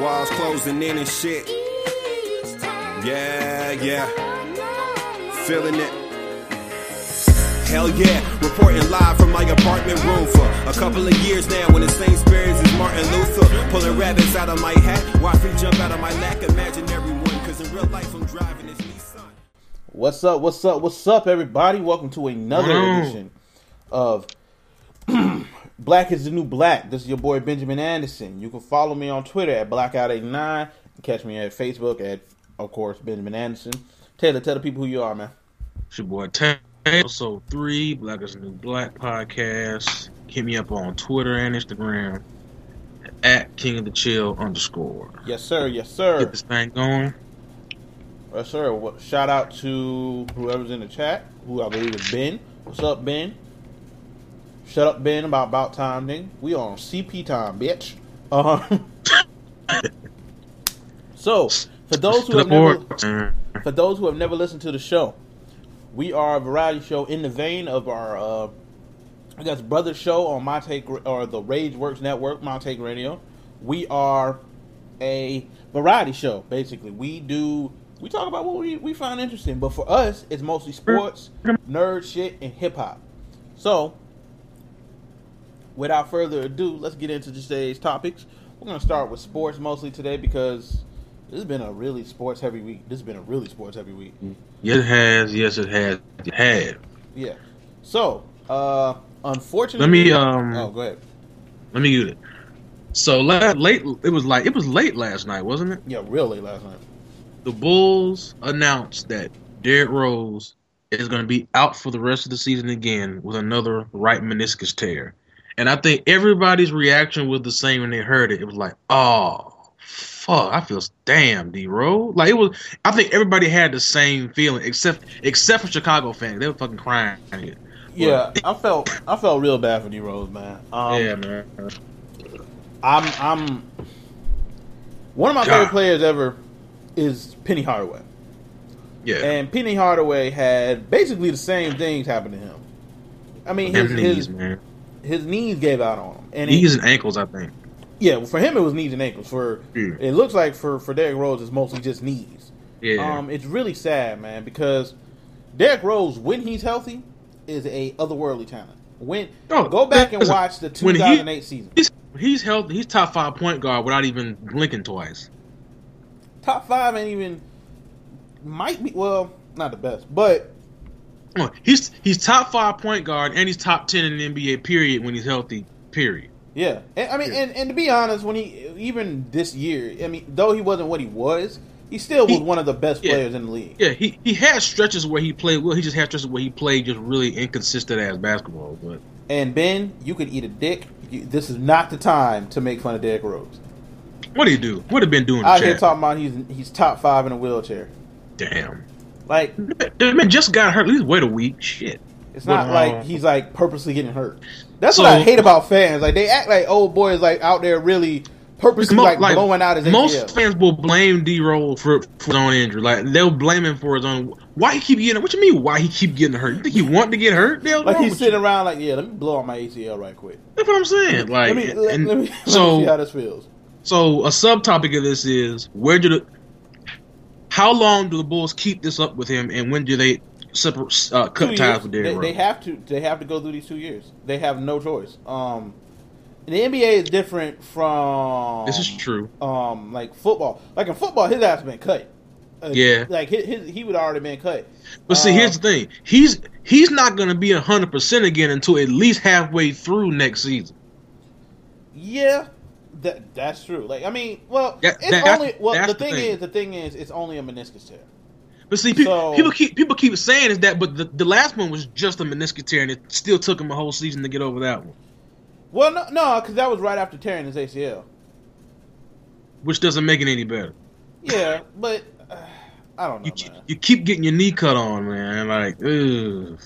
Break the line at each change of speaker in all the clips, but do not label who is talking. Walls closing in and shit. Yeah, yeah. Feeling it. Hell yeah, reporting live from my apartment room for a couple of years now. When the same spirits as Martin Luther, pulling rabbits out of my hat, watch me jump out of my lack. Imagine everyone, cause in real life I'm driving this Nissan.
What's up? What's up? What's up, everybody? Welcome to another
Wow.
edition of Black is the New Black. This is your boy Benjamin Anderson. You can follow me on Twitter at Blackout89. Catch me at Facebook at, of course, Benjamin Anderson. Taylor, tell the people who you are, man.
It's your boy Ted. Episode three, Black is the New Black podcast. Hit me up on Twitter and Instagram at King of the Chill underscore.
Yes, sir. Yes, sir.
Get this thing going.
Yes, sir. Well, shout out to whoever's in the chat, who I believe is Ben. What's up, Ben? Shut up, Ben. About about time, nigga. We on CP time, bitch. Uh-huh. so, for those who have never,
Clipboard.
for those who have never listened to the show, we are a variety show in the vein of our, uh, I guess, brother show on My Take Ra- or the Rage Works Network, My Take Radio. We are a variety show, basically. We do we talk about what we, we find interesting, but for us, it's mostly sports, nerd shit, and hip hop. So, without further ado, let's get into today's topics. We're gonna start with sports mostly today because this has been a really sports heavy week. This has been a really sports heavy week.
Yes, it has. Yes, it has. It has.
Yeah. So, uh unfortunately
Let me, um,
Oh, go ahead.
Let me get it. So la- late, it was like it was late last night, wasn't it?
Yeah, really last night.
The Bulls announced that Derrick Rose is going to be out for the rest of the season again with another right meniscus tear, and I think everybody's reaction was the same when they heard it. It was like, oh. Fuck! I feel s- damn D Rose. Like it was. I think everybody had the same feeling, except except for Chicago fans. They were fucking crying.
Um, Yeah, I felt I felt real bad for D Rose, man. Um
yeah, man.
I'm I'm one of my
God.
favorite players ever is Penny Hardaway.
Yeah.
And Penny Hardaway had basically the same things happen to him. I mean his
Them knees,
his,
man.
his knees gave out on him. And he,
Knees and ankles, I think.
yeah, for him it was knees and ankles. For
Yeah.
it looks like for for Derrick Rose it's mostly just knees.
Yeah.
Um, it's really sad, man, because Derrick Rose, when he's healthy, is a otherworldly talent. When
Oh,
go back and
listen,
watch the
when he-
2008 season,
he's he's healthy. He's top five point guard without even blinking twice.
top five ain't even might be well not the best, but
Come on, He's he's top five point guard and he's top ten in the NBA. Period. When he's healthy. Period.
yeah. And, I mean,
Yeah.
and, and to be honest, when he even this year, I mean, though he wasn't what he was, he still was
He-
one of the best
yeah.
players in the league.
Yeah. He he had stretches where he played well. He just had stretches where he played just really inconsistent ass basketball. But
And Ben, you could eat a dick. You, this is not the time to make fun of Derrick Rose.
what do you do? What have been doing?
Out
the
here
chat?
talking about he's he's top five in a wheelchair.
Damn.
Like
That man just got hurt. At least wait a week. Shit.
It's not
Well,
like
um,
he's like purposely getting hurt. That's
So-
what I hate about fans. Like they act like old boy is like out there really purposely
Mo-
like, blowing out his
most
ACL.
fans will blame D Roll for, for his own injury. Like they'll blame him for his own. Why he keep getting? What you mean? Why he keep getting hurt? You think he want to get hurt? Dale?
like
Wrong
he's
with
sitting
you.
around like, yeah, let me blow out my ACL right quick.
That's what I'm saying. Like,
Let me let,
and
let me, let
so
me see how this feels.
so a subtopic of this is where do the how long do the Bulls keep this up with him, and when do they separ- uh,
Two
cut
years,
ties with Derrick
they, they
Rose?
have to they have to go through these two years. They have no choice. Um, the NBA is different from
This is true.
Um, like football. Like in football, his ass been cut. Uh,
Yeah.
like his, his he would already been cut.
But see,
Uh,
here's the thing: he's he's not going to be hundred percent again until at least halfway through next season.
Yeah, that that's true. Like I mean, well,
That-
it's
that-
only
that's-
well
that's
the
the
thing,
thing.
is the thing is it's only a meniscus tear.
But see, people,
So-
people keep people keep saying is that, but the, the last one was just a meniscus tear, and it still took him a whole season to get over that one,
Well, no, no, because that was right after tearing his ACL.
which doesn't make it any better.
Yeah, but uh, I don't know,
You,
Oh, man.
you keep getting your knee cut on, man. Like, ugh.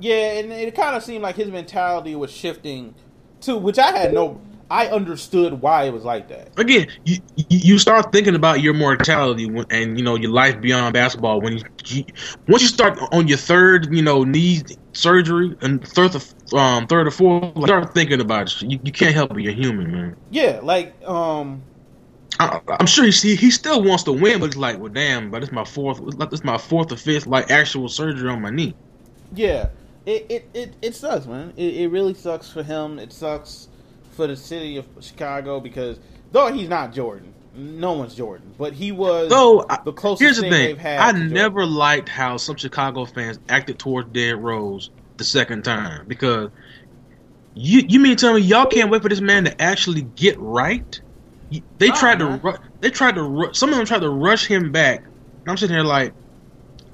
Yeah, and it kind of seemed like his mentality was shifting too, which I had no, I understood why it was like that.
again, you you- you start thinking about your mortality when, and you know your life beyond basketball when you, you once you start on your third you know knee surgery and third or- um third or fourth, like, start thinking about it. You, you can't help it. You're human, man.
Yeah, like um,
I I, am sure he he still wants to win, but it's like, well, damn, but it's my fourth, it's my fourth or fifth like actual surgery on my knee.
Yeah, it it, it, it sucks, man. It, it really sucks for him. It sucks for the city of Chicago because though he's not Jordan, no one's Jordan, but he was
Though I-
the closest
Here's the
thing,
thing:
they've had.
I
to Jordan.
never liked how some Chicago fans acted towards Derrick Rose the second time because you you mean to tell me y'all can't wait for this man to actually get right? You- They
Nah,
tried to
man.
ru- they tried to ru- some of them tried to rush him back, and I'm sitting here like,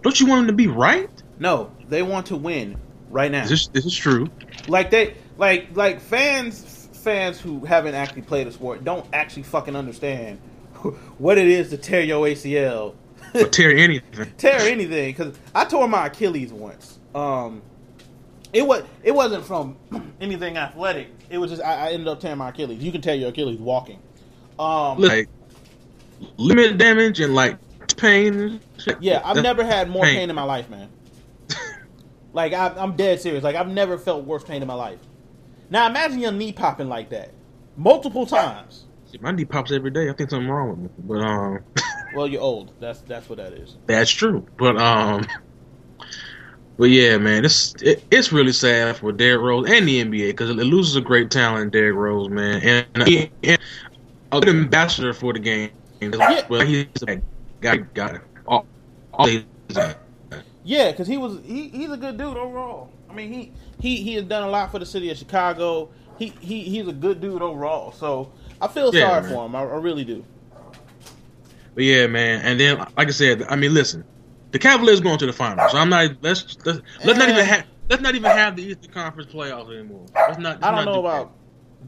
don't you want him to be right?
No, they want to win right now.
Is this this is true?
Like they like like fans fans who haven't actually played a sport don't actually fucking understand what it is to tear your ACL,
Or tear anything?
tear anything. Because I tore my Achilles once. Um, it was it wasn't from anything athletic. It was just I, I ended up tearing my Achilles. You can tear your Achilles walking. Um,
like limited damage and like pain. and shit.
yeah, I've
That's
never had more
pain.
pain in my life, man. Like I, I'm dead serious. Like I've never felt worse pain in my life. Now imagine your knee popping like that multiple times.
Shit, My knee pops every day. I think something wrong with me, but um.
Well, you're old. That's that's what that is.
That's true, but um, but yeah, man, it's it, it's really sad for Derrick Rose and the NBA because it, loses a great talent, Derrick Rose, man, and, and a good ambassador for the game.
Yeah.
Well, he's a guy, guy, all, all he's a-
Yeah, because he was he, he's a good dude overall. I mean he he he has done a lot for the city of Chicago. He he he's a good dude overall. So I feel
Yeah,
sorry
man.
for him. I, I really do.
But yeah, man, and then like I said, I mean, listen, the Cavaliers going to the finals. So I'm not. Let's let's, let's not even have. Let's not even have the Eastern Conference playoffs anymore. Let's not.
I don't
let's not
know
do that.
about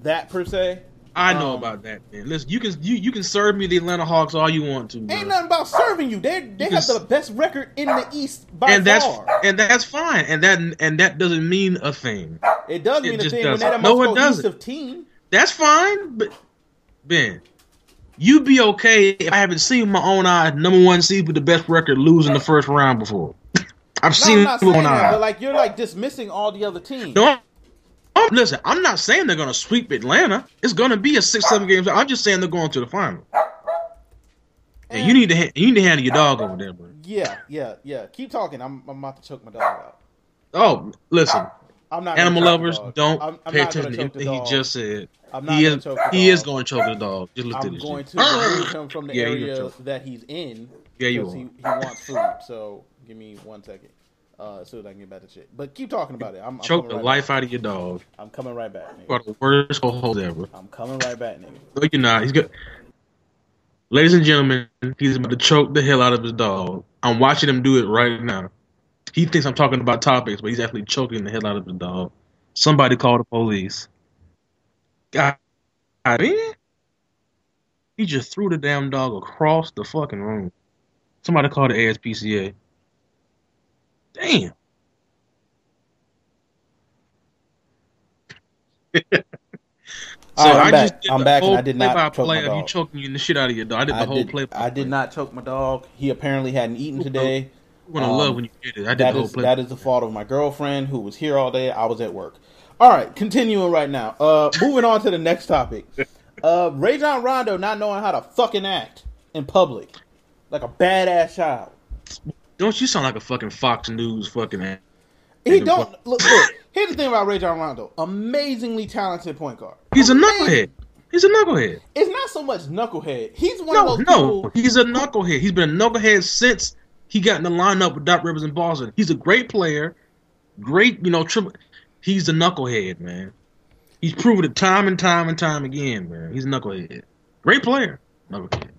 that per se.
I know
um,
about that, man. Listen, you can you, you can serve me the Atlanta Hawks all you want to. bro.
Ain't nothing about serving you. They they have
just-
the best record in the East by
and that's
far.
and that's fine, and that and that doesn't mean a thing.
it does
it
mean a
just
thing when they're the
doesn't. No,
most
it doesn't.
cohesive team.
That's fine, but Ben, you be okay if I haven't seen my own eye number one seed with the best record lose in the first round before.
No,
I've seen
I'm
it
not
with
saying
one
that,
eye.
but like you're like dismissing all the other teams.
no, I'm- I'm- listen, I'm not saying they're gonna sweep Atlanta. It's gonna be a six seven games. I'm just saying they're going to the final. And you need to ha- you need to handle your dog over there, bro.
Yeah, yeah, yeah. Keep talking. I'm I'm about to choke my dog out.
Oh, listen,
I'm not gonna
animal
choke the
lovers,
dog.
don't
I'm, I'm
pay
not gonna
attention to
choke the
anything he
dog.
just said.
I'm not
He
gonna
is
choke the
he is
dog.
going to choke the dog. Just look at
I'm
this.
going
shit.
to remove him from the
Yeah, you're gonna
area
choke.
that he's in.
Yeah, you
because
are.
He, he wants food, so give me one second. Uh, as soon as I can get back to shit. But keep talking about it. I'm, I'm
choke
coming
the
right
life
Back.
out of your dog.
I'm coming right back, nigga.
You are the worst co-host ever.
I'm coming right back, nigga.
No, you're not. He's good. Ladies and gentlemen, he's about to choke the hell out of his dog. I'm watching him do it right now. He thinks I'm talking about topics, but he's actually choking the hell out of his dog. Somebody call the police. God, I mean, he just threw the damn dog across the fucking room. Somebody call the ASPCA. Damn.
All right, I'm back.
did
I'm
the
back and
whole
I did not choke my
play-by-play of you
dog.
choking the shit out of your dog. I did the
I
whole
did,
play.
I did not choke my dog. He apparently hadn't eaten today.
I'm gonna
um,
love when you did it. I did the
That
whole
is
play.
that is the fault of my girlfriend who was here all day. I was at work. All right, continuing right now. Uh, moving on to the next topic. Uh, Rajon Rondo not knowing how to fucking act in public, like a badass child.
Don't you sound like a fucking Fox News fucking ass?
He
the
don't
point.
look, look. Here's the thing about Rajon Rondo: amazingly talented point guard.
He's a
Amazing.
knucklehead. He's a knucklehead.
It's not so much knucklehead. He's one
No,
of those
no,
people.
he's a knucklehead. He's been a knucklehead since he got in the lineup with Doc Rivers in Boston. He's a great player, great, you know, triple. He's a knucklehead, man. He's proven it time and time and time again, man. He's a knucklehead. Great player, knucklehead.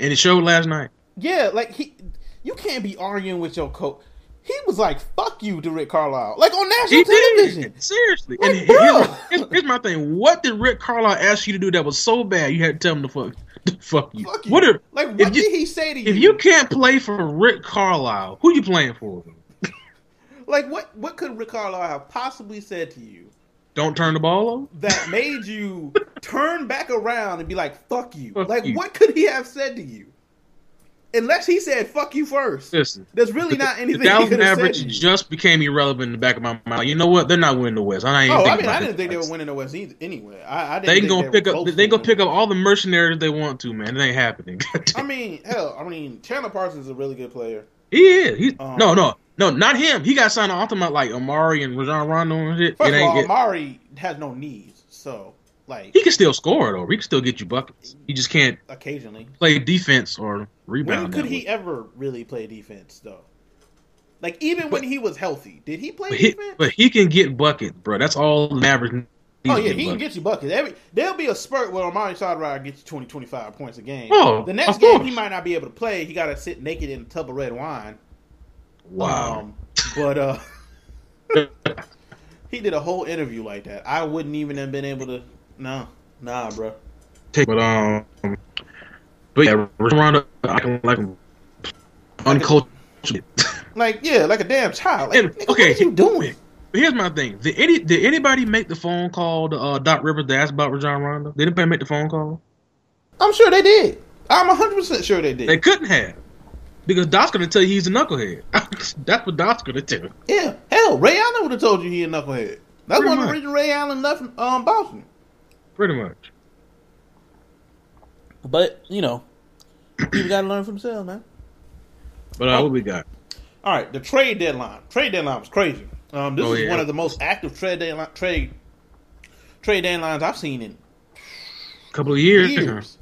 And it showed last night.
Yeah, like he. You can't be arguing with your coach. He was like, "Fuck you" to Rick Carlisle, like on national
He
television.
did. Seriously.
Like,
and here's my,
bro.
here's, here's my thing. What did Rick Carlisle ask you to do that was so bad you had to tell him to fuck, to fuck you?
Fuck you.
What are,
like, what
if
did
you,
he say to you?
if you can't play for Rick Carlisle, who you playing for?
like, what what could Rick Carlisle have possibly said to you
Don't turn the ball over?
that made you turn back around and be like, "Fuck you"?
Fuck
like,
you.
what could he have said to you? unless he said "fuck you" first.
Listen,
There's really not
the
anything he
Dallas
could have said.
Mavericks just became irrelevant in the back of my mind. You know what? They're not winning the West. I ain't even
Oh, I
thinking
mean,
about
I didn't
that.
think they were winning the West either, anyway. I, I didn't
They
think
gonna
were
pick up.
close
They
to
gonna
winning.
pick up all the mercenaries they want to, man. It ain't happening.
I mean, hell, I mean, Chandler Parsons is a really good player.
he is. He's,
Um,
no, no, no, not him. He got signed off to my like Amari and Rajon Rondo and shit.
First
it
of all,
ain't. it-
Amari has no knees, so like
he can still score though. He can still get you buckets. He just can't
occasionally.
play defense or rebound.
When
that
could
way.
he ever really play defense though? Like even when
But-
he was healthy, did he play
But he,
defense?
but he can get buckets, bro. That's all the Mavericks. need
oh
to
yeah,
get
he can
buckets.
get you buckets. Every there'll be a spurt where Amari Stoudemire gets you 20, 25 points a game.
Oh,
the next
of
game
course.
he might not be able to play. He got to sit naked in a tub of red wine.
Wow.
Um, but uh, he did a whole interview like that. I wouldn't even have been able to. No, nah, bro.
take, but um, but yeah, Rondo, I can like him. uncultured.
Like yeah, like a damn child. Like,
And-
nigga,
okay.
what are you doing?
Here's my thing: did any did anybody make the phone call to uh, Doc Rivers to ask about Rajon Rondo? Did anybody make the phone call?
I'm sure they did. I'm 100 percent sure they did.
They couldn't have because Doc's gonna tell you he's a knucklehead. That's what Doc's gonna tell. you.
yeah, hell, Ray Allen would have told you he a knucklehead. That's
Pretty
one of the
much.
reasons Ray Allen left um, Boston.
Pretty much.
But you know, people got to learn for themselves, man.
But
Oh.
uh, what we got?
All right, the trade deadline. Trade deadline was crazy. Um, this
Oh,
is
yeah.
one of the most active trade deadline trade trade deadlines I've seen in
A couple of years.
years.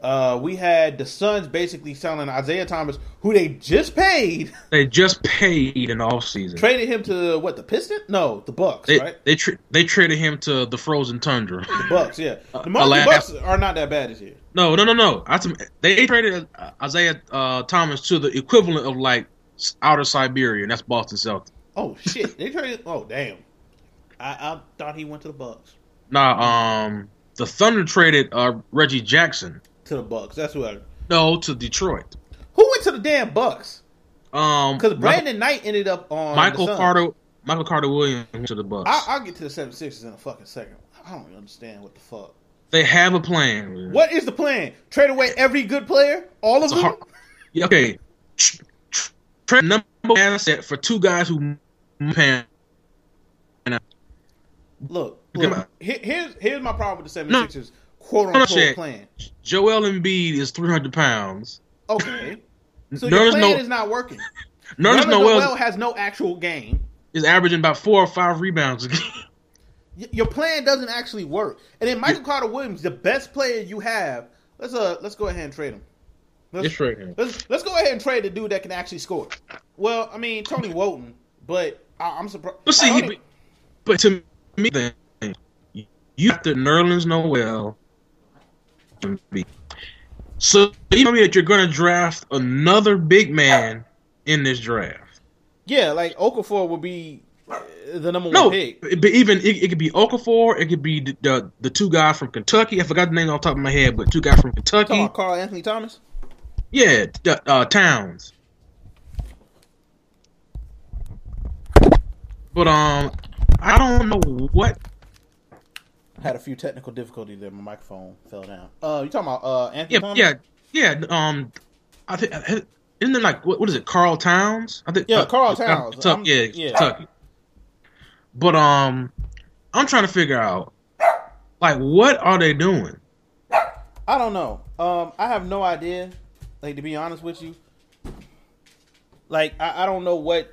Uh, we had the Suns basically selling Isaiah Thomas, who they just paid,
They just paid in the offseason.
traded him to what the Pistons? No, the Bucks,
they
right?
they tra- they traded him to the frozen tundra.
Bucks, yeah. The
Alas.
Milwaukee Bucks are not that bad this year.
no, no, no, no. I, they traded uh, Isaiah uh, Thomas to the equivalent of like s- outer Siberia, and that's Boston Celtics.
Oh shit, they traded. Oh damn, I, I thought he went to the Bucks.
Nah, um, the Thunder traded uh, Reggie Jackson.
To the Bucks, that's who. I,
No, to Detroit.
who went to the damn Bucks?
Um,
Because Brandon Knight ended up on
Michael, Michael
the Suns.
Carter, Michael Carter Williams went to the Bucks.
I, I'll get to the 76ers in a fucking second. I don't even understand what the fuck.
they have a plan.
What is the plan? Trade away every good player? All of
It's a
them?
hard- Yeah, okay. Tr- tr- Trade number one asset for two guys who pan.
Look,
Come
look
on.
here- here's here's my problem with the 76ers quote
no,
unquote
shit.
plan.
Joel Embiid is three hundred pounds.
Okay. So
No,
your
there's
plan
no-
is not working.
Nerlens
Nerlens Noel
Noel
has no actual game.
is averaging about four or five rebounds a game.
Y- your plan doesn't actually work. And then Michael Carter Williams, the best player you have, let's uh let's go ahead and trade him. Let's,
him.
Let's let's go ahead and trade the dude that can actually score. Well, I mean Tony Walton, but I, I'm surprised.
But see,
Tony-
but, but to me, then you have to Nerlens Noel. Embiid. So you know me that you're going to draft another big man in this draft.
yeah, like Okafor would be uh, the number one
No,
pick.
it- but even it, it could be Okafor, it could be the, the the two guys from Kentucky. I forgot the name off the top of my head, but two guys from
Talking
Kentucky.
about Carl Anthony Thomas.
Yeah, the, uh, Towns. But um, I don't know what
Had a few technical difficulties there. My microphone fell down. Uh, you talking about uh Anthony
Yeah,
Thomas?
yeah, yeah. Um, I think I think- isn't it like what, what is it, Carl Towns? I think uh,
Yeah, Karl Towns. I'm-
Kentucky, yeah,
yeah.
Kentucky. But um, I'm trying to figure out like what are they doing?
I don't know. Um, I have no idea. Like to be honest with you, like I, I don't know what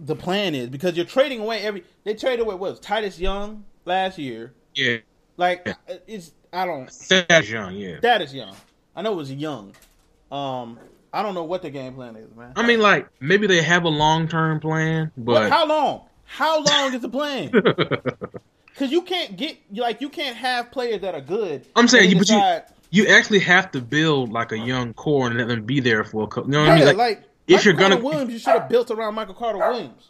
the plan is because you're trading away every. They traded away what was Titus Young last year.
Yeah,
Like
Yeah.
I- it's I don't.
that's young. Yeah,
That is young. I know it was young. Um, I don't know what the game plan is, man.
I mean, like maybe they have a long term plan,
What-
but
how long? How long is the plan? Because you can't get like you can't have players that are good.
I'm saying
and
you, but you
decide,
you actually have to build like a young core and let them be there for a couple. You know what I
yeah, like,
mean? Like,
if
if
you're
you're
Carter
gonna-
Williams, you should have built around Michael Carter Williams.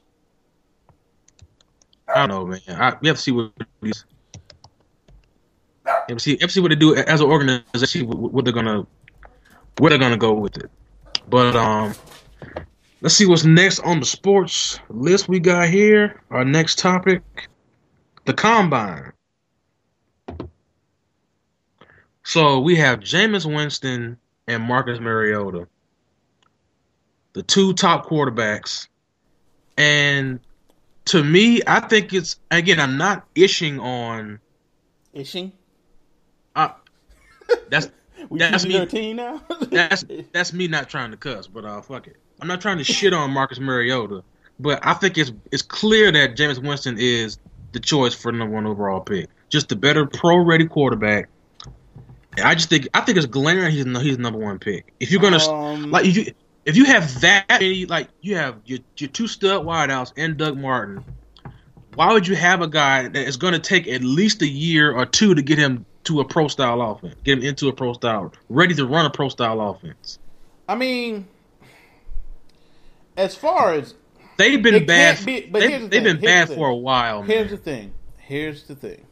I don't know, man. I, we have to see what it is. We have to see, we have to see what they do as an organization. see What, what they're gonna, where they're gonna go with it. But um, let's see what's next on the sports list we got here. Our next topic, the combine. So we have Jameis Winston and Marcus Mariota, the two top quarterbacks. And to me, I think it's again. I'm not ishing on.
Ishing?
I, that's
We
that's me.
PG-13 now?
That's that's me not trying to cuss, but uh, fuck it. I'm not trying to shit on Marcus Mariota, but I think it's it's clear that James Winston is the choice for number one overall pick. Just the better pro-rated quarterback. And I just think I think it's glaring he's no- he's number one pick. If you're gonna
Um,
like if you if you have that many like you have your your two stud wideouts and Doug Martin, why would you have a guy that is going to take at least a year or two to get him to a pro style offense, get him into a pro style, ready to run a pro style offense?
I mean, as far as
They've been
It
bad.
can't be- but
they've
here's the
they've
thing,
been bad
here's the
for a
thing.
while.
Here's the
Man.
thing. Here's the thing.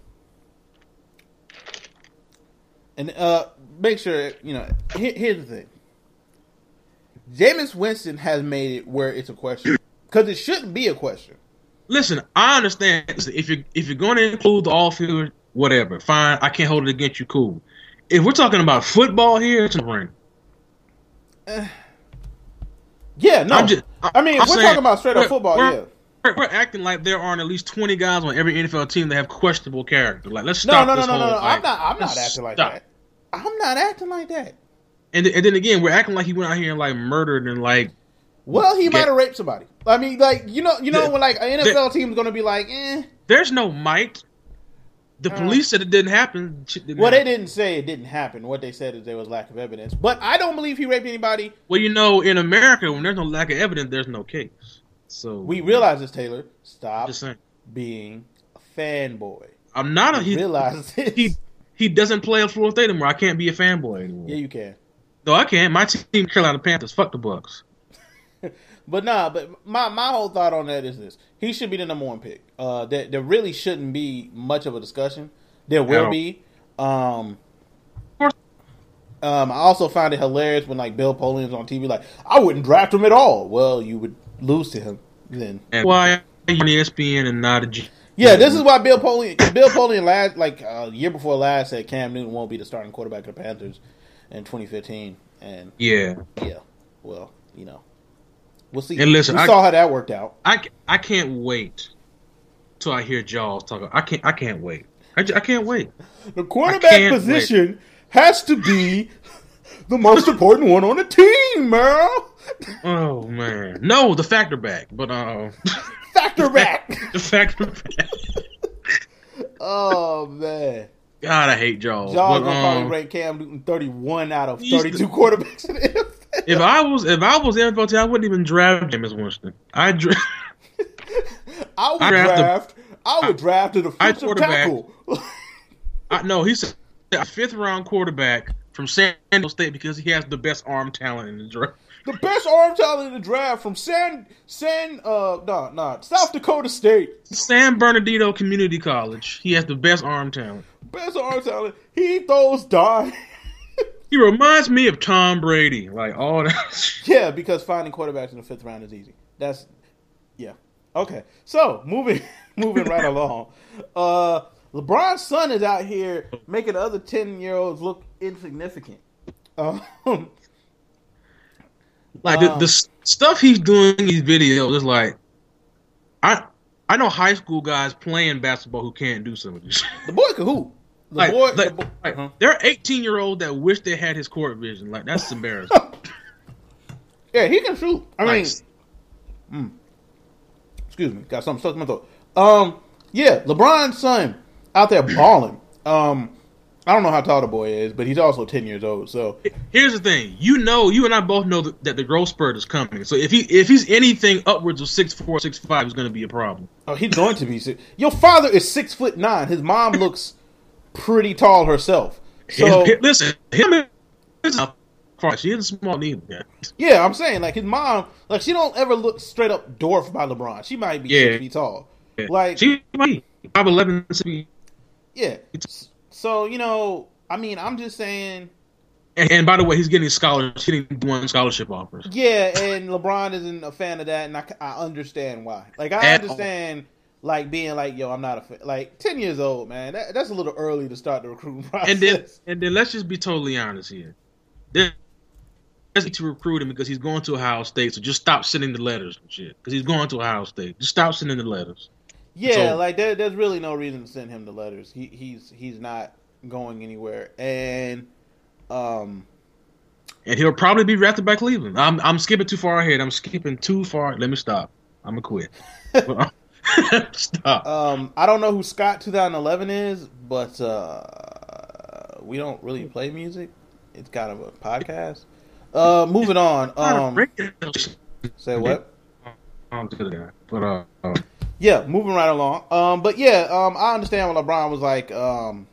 And uh, make sure you know. Here, here's the thing. Jameis Winston has made it where it's a question because it shouldn't be a question.
Listen, I understand. Listen, if you if you're going to include the all field, whatever, fine. I can't hold it against you. Cool. If we're talking about football here, it's a ring.
Yeah, no. i
I'm just- I-
mean,
I'm
we're
saying-
talking about straight up
we're-
football.
we're-
Yeah.
We're, we're acting like there aren't at least twenty guys on every NFL team that have questionable character. Like, let's
No,
stop
no, no,
this
no,
whole.
no, no. I'm
like,
not. I'm not
let's
acting like
stop.
that. I'm not acting like that.
And, th- and then again, we're acting like he went out here and like murdered and like
Well, he
Yeah.
might have raped somebody. I mean, like you know, you know,
The-
when like an NFL team's gonna be like, eh.
there's no Mike. The
Uh.
police said it didn't happen. Shit didn't
Well, they
happen.
didn't say it didn't happen. What they said is there was lack of evidence. But I don't believe he raped anybody.
Well, you know, in America, when there's no lack of evidence, there's no case. So
We realize this, Taylor.
I'm
Stop
just saying.
being a fanboy.
I'm not a he.
realize this.
He he doesn't play at Florida State anymore. I can't be a fanboy anymore.
yeah, you can.
No, I can't. My team, Carolina Panthers. Fuck the Bucks.
But nah, but my, my whole thought on that is this. He should be the number one pick. Uh that there really shouldn't be much of a discussion. There will
No.
be. Um
course.
um, I also found it hilarious when like Bill Polian's on TV, like I wouldn't draft him at all. Well, you would lose to him then.
And why are you on E ESPN and not a G?
Yeah, this is why Bill Polian, Bill Polian last like uh, year before last said Cam Newton won't be the starting quarterback of the Panthers in 2015, and
Yeah.
yeah, well, you know, we'll see.
And listen,
we
I-
saw how that worked out.
I, I can't wait till I hear Jaws talk. I can't I can't wait. I, ju- I can't wait.
The
I
quarterback
can't
position has to be the most important one on the team, Merle.
Oh man, no, the factor back, but uh,
Factor back.
the factor back.
oh man,
God, I hate Jaws.
Jaws
But,
gonna probably
um,
rank Cam Newton 31 out of
He's
32
the-
quarterbacks in the NFL.
if I was if I was NFL team, I wouldn't even draft Jameis Winston. I dra-
I would
I draft the-
draft. I would draft a
I
defensive
quarterback.
tackle.
I no, he's a fifth round quarterback from San Diego State because he has the best arm talent in the draft.
The best arm talent in the draft from San San uh no no South Dakota State.
San Bernardino Community College. He has the best arm talent.
Best arm talent. He throws die.
He reminds me of Tom Brady, like all that.
yeah, because finding quarterbacks in the fifth round is easy. That's yeah. Okay. So moving moving right along. Uh LeBron's son is out here making other ten year olds look insignificant. Um,
Like the,
Um,
the s- stuff he's doing in these videos is like, I I know high school guys playing basketball who can't do some of this. shit.
the boy can hoop. The
like,
boy, uh-huh.
like,
the bo-
like,
Huh?
there are eighteen year olds that wish they had his court vision. Like that's embarrassing.
Yeah, he can shoot. I mean,
Like,
excuse me, got something stuck in my throat. Um, yeah, LeBron's son out there balling. Um, I don't know how tall the boy is, but he's also ten years old. So
here's the thing: you know, you and I both know that, that the growth spurt is coming. So if he if he's anything upwards of six four six five is going to be a problem.
oh, he's going to be. Six. Your father is six foot nine. His mom looks pretty tall herself. So
His- hi- listen, him and his- she isn't small either. man.
yeah, I'm saying like his mom, like she don't ever look straight up dwarfed by LeBron. She might be
Yeah.
six feet tall. Like
she might be five eleven.
yeah. So you know, I mean, I'm just saying.
And, and by the way, he's getting scholars. He's getting one scholarship offers.
Yeah, and LeBron isn't a fan of that, and I, c- I understand why. Like, I
At all.
understand, like, being like, yo, I'm not a fan. Like, 10 years old, man, that, that's a little early to start the recruiting process.
And then, and then let's just be totally honest here. There- desperate to recruit him because he's going to Ohio State. So just stop sending the letters and shit. Because he's going to Ohio State. Just stop sending the letters.
Yeah,
So-
like there, there's really no reason to send him the letters. He he's he's not going anywhere, and um,
And he'll probably be drafted by Cleveland. I'm I'm skipping too far ahead. I'm skipping too far. Let me stop. I'm gonna quit. stop.
um, I don't know who Scott 2011 is, but uh, we don't really play music. It's kind of a podcast. Uh, moving on. Um, say what?
Um, to that. But uh, uh,
Yeah, moving right along. Um, but yeah, um, I understand what LeBron was like. Um,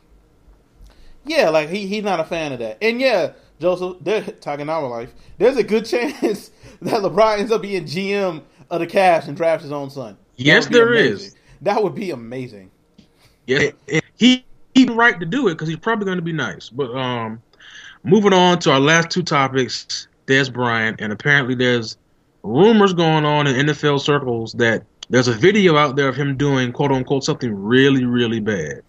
yeah, like he he's not a fan of that. And yeah, Joseph, they're talking our life. There's a good chance that LeBron ends up being GM of the Cavs and drafts his own son. That
Yes,
would be
there
amazing.
is.
That would be amazing.
yeah, and he he right to do it because he's probably gonna be nice. But um, moving on to our last two topics, there's Bryant, and apparently there's rumors going on in NFL circles that there's a video out there of him doing quote unquote something really really bad.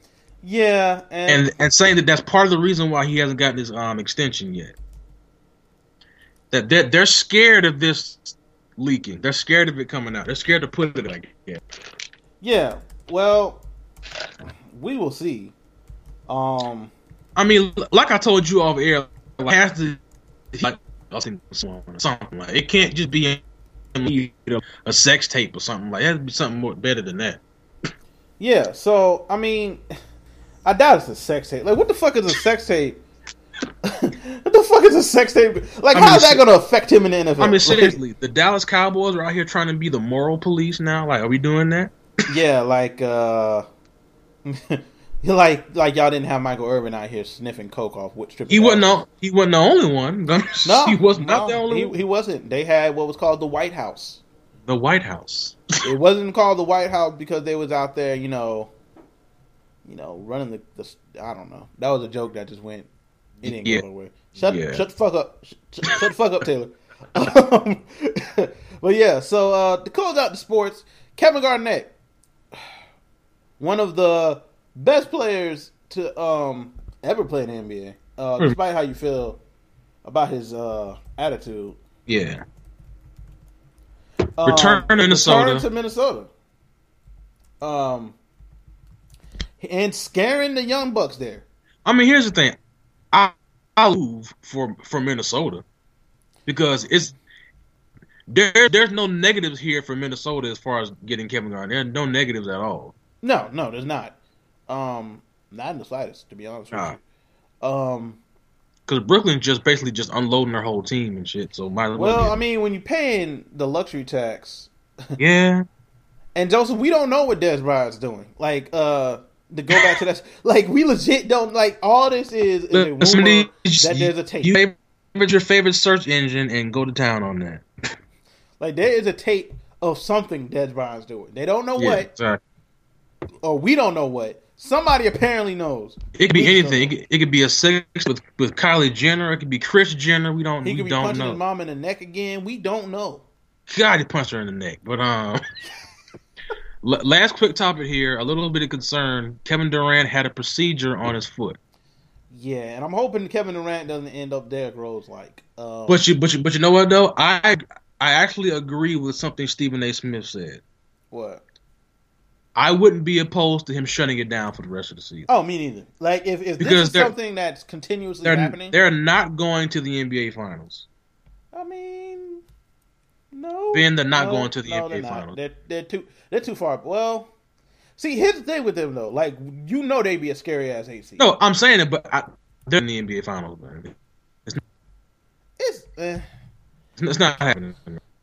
Yeah, and,
and and saying that that's part of the reason why he hasn't gotten his um extension yet. That they're, they're scared of this leaking. They're scared of it coming out. They're scared to put it like yeah.
yeah, well, we will see. Um,
I mean, l- like I told you off air, like, has to like I'll send someone or something like it can't just be you know, a sex tape or something like that. Has to be something more better than that.
yeah. So I mean, I doubt it's a sex tape. Like, what the fuck is a sex tape? what the fuck is a sex tape? Like,
I
how
mean,
is that
se-
going to affect him in the NFL?
I mean,
Like,
seriously, the Dallas Cowboys are out here trying to be the moral police now. Like, are we doing that?
yeah, like, uh, like, like y'all didn't have Michael Irvin out here sniffing coke off with strippers.
He wasn't. The, he wasn't the only one.
No,
he was
no,
not the only. one.
He, he wasn't. They had what was called the White House.
The White House.
it wasn't called the White House because they was out there, you know, you know, running the. the I don't know. That was a joke that just went. It didn't
Yeah.
go nowhere. Shut
Yeah.
shut the fuck up. Shut, shut the fuck up, Taylor. Um, but yeah, so uh, to close out the sports, Kevin Garnett, one of the best players to um ever play in the NBA, uh,
Hmm.
despite how you feel about his uh attitude.
Yeah.
um,
Return to Minnesota.
return to Minnesota. Um, and scaring the young bucks there.
I mean, here's the thing. I I move for for Minnesota because it's there. There's no negatives here for Minnesota as far as getting Kevin Garnett. There are no negatives at all.
No, no, there's not. Um, not in the slightest, to be honest with
Nah.
you. Um,
Because Brooklyn's just basically just unloading their whole team and shit. So might as well.
well,
get-
I mean, when you're paying the luxury tax,
yeah.
and Joseph, we don't know what Des Bryant's doing. Like, uh, to go back to that, like, we legit don't like. All this is, is a rumor
Listen,
that
these-
there's a tape.
You favorite your favorite search engine and go to town on that.
like, there is a tape of something Des Bryant's doing. They don't know
Yeah,
what,
sorry.
or Oh, we don't know what. Somebody apparently knows.
It could be
We don't
anything. It could, it could be a sex with with Kylie Jenner. It could be Chris Jenner. We don't.
He
we
could be
don't
punching
know.
his mom in the neck again. We don't know.
God, he punched her in the neck. But um, l- last quick topic here. A little bit of concern. Kevin Durant had a procedure on his foot,
Yeah, and I'm hoping Kevin Durant doesn't end up Derrick Rose like. Um,
but you, but you, but you know what though? I I actually agree with something Stephen A. Smith said.
what?
I wouldn't be opposed to him shutting it down for the rest of the season.
Oh, me neither. Like if, if this
Because
is
they're-
something that's continuously
They're,
happening,
they're not going to the NBA Finals.
I mean, no.
Ben, they're not
no,
going to the
no,
NBA
they're not.
Finals.
They're, they're too they're too far. Well, see, here's the thing with them though. Like you know, they be a scary ass eight seed.
No, I'm saying it, but I, they're in the NBA Finals. Man.
it's. Eh.
It's not happening.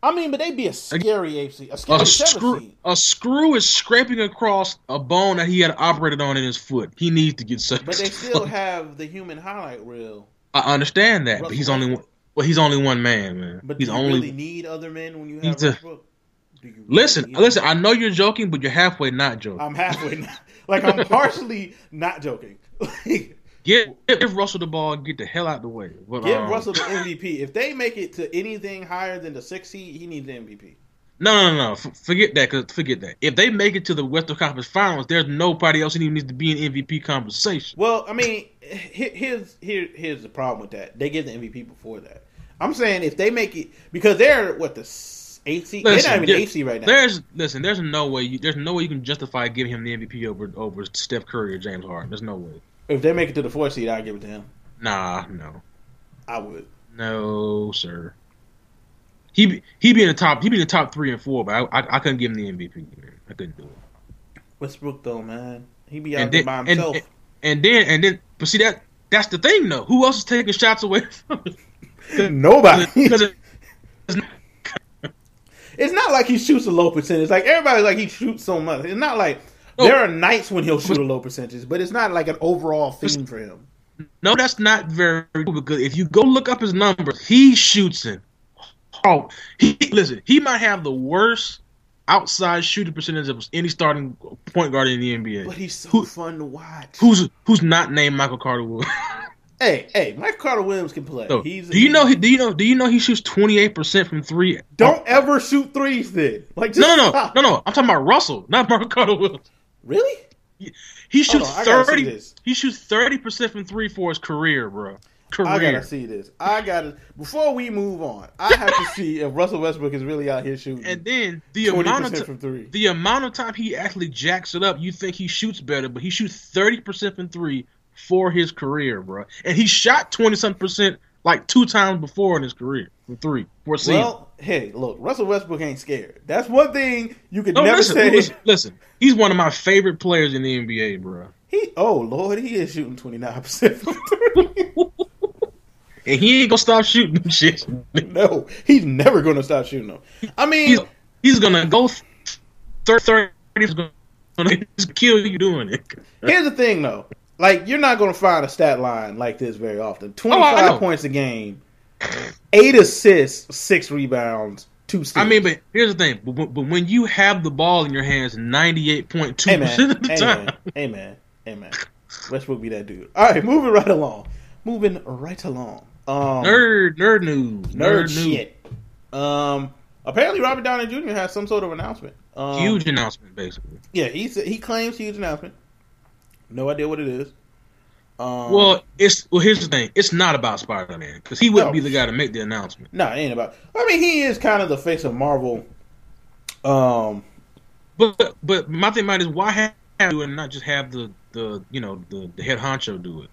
I mean, but they be a scary eight seed, a scary
A
seven
screw,
seed.
a screw is scraping across a bone that he had operated on in his foot. He needs to get surgery.
But they still have the human highlight reel.
I understand that, but he's only one. Well, he's only one man, man.
But
he's
do you
only.
really need other men when you have
He's a-
Westbrook? Do you really
listen,
need
listen.
them?
I know you're joking, but you're halfway not joking.
I'm halfway, not, like I'm partially not joking. Like,
Give, give Russell the ball. and Get the hell out the way. But,
give
um,
Russell the MVP. If they make it to anything higher than the sixth seed, he needs the MVP.
No, no, no. F- forget that. Cause forget that. If they make it to the Western Conference Finals, there's nobody else who even needs to be in MVP conversation.
Well, I mean, he- here's here here's the problem with that. They get the MVP before that. I'm saying if they make it because they're what the s- eight seed.
Listen,
they're not
yeah,
even eight seed right now.
There's listen. There's no way. You, there's no way you can justify giving him the MVP over over Steph Curry or James Harden. There's no way.
If they make it to the four seed, I'd give it to him.
Nah, no,
I would.
no, sir. He be- he be in the top. He be in the top three and four, but I I, I couldn't give him the MVP. Man. I couldn't do it.
Westbrook though, man, he be out
And
there
then,
by
and,
himself.
and, and then and then, but see that that's the thing though. Who else is taking shots away from him?
Nobody.
'Cause it-
It's not like he shoots a low percentage. Like everybody, like he shoots so much. It's not like
No.
there are nights when he'll shoot a low percentage, but it's not like an overall theme for him.
No, that's not very good because if you go look up his numbers, he shoots in. Oh, he listen. He might have the worst outside shooting percentage of any starting point guard in the NBA.
But he's so
Who-
fun to watch.
who's who's not named Michael Carter Wood.
hey, hey, Mike Carter Williams can play.
So,
he's
do you know? He, do you know? Do you know he shoots twenty eight percent from three?
Don't ever shoot threes then. Like just
No, no, no,
stop.
no, no. I'm talking about Russell, not Michael Carter Wood.
Really?
He
Hold
shoots
on, I gotta see
thirty.
this.
He shoots thirty percent from three for his career, bro.
I gotta
Career.
see this. I gotta before we move on. I have to see if Russell Westbrook is really out here shooting
And then the
twenty
amount of
percent
ti-
from three.
the amount of time he actually jacks it up, you think he shoots better, but he shoots thirty percent from three for his career, bro. And he shot twenty something percent like two times before in his career from three. For season.
Well, hey, look, Russell Westbrook ain't scared. That's one thing you could
no,
never
listen,
say.
listen, listen. He's one of my favorite players in the NBA, bro.
He, oh lord, he is shooting twenty nine percent from three.
And he ain't gonna stop shooting them shit.
no, he's never going to stop shooting them. I mean,
He's, he's gonna go thirty. 30 he's gonna just kill you doing it.
here's the thing though: like you're not going to find a stat line like this very often. Twenty
Oh, I
five
know.
points a game, eight assists, six rebounds, two steals.
I mean, but here's the thing. But, when- but when you have the ball in your hands 98.2%
hey man,
of the
hey
time.
man, hey man, hey man. Westbrook be that dude. All right, moving right along. Moving right along. Um,
Nerd, nerd news.
nerd
Nerd, news.
shit. Um, apparently Robert Downey Jr. has some sort of announcement. Um,
Huge announcement, basically.
Yeah, he said he claims huge announcement. No idea what it is. Um,
Well, it's well. Here's the thing. It's not about Spider Man because he wouldn't
No.
be the guy to make the announcement.
no, it ain't about. I mean, he is kind of the face of Marvel. Um,
But but my thing about it is why have him do it and not just have the the you know the, the head honcho do it.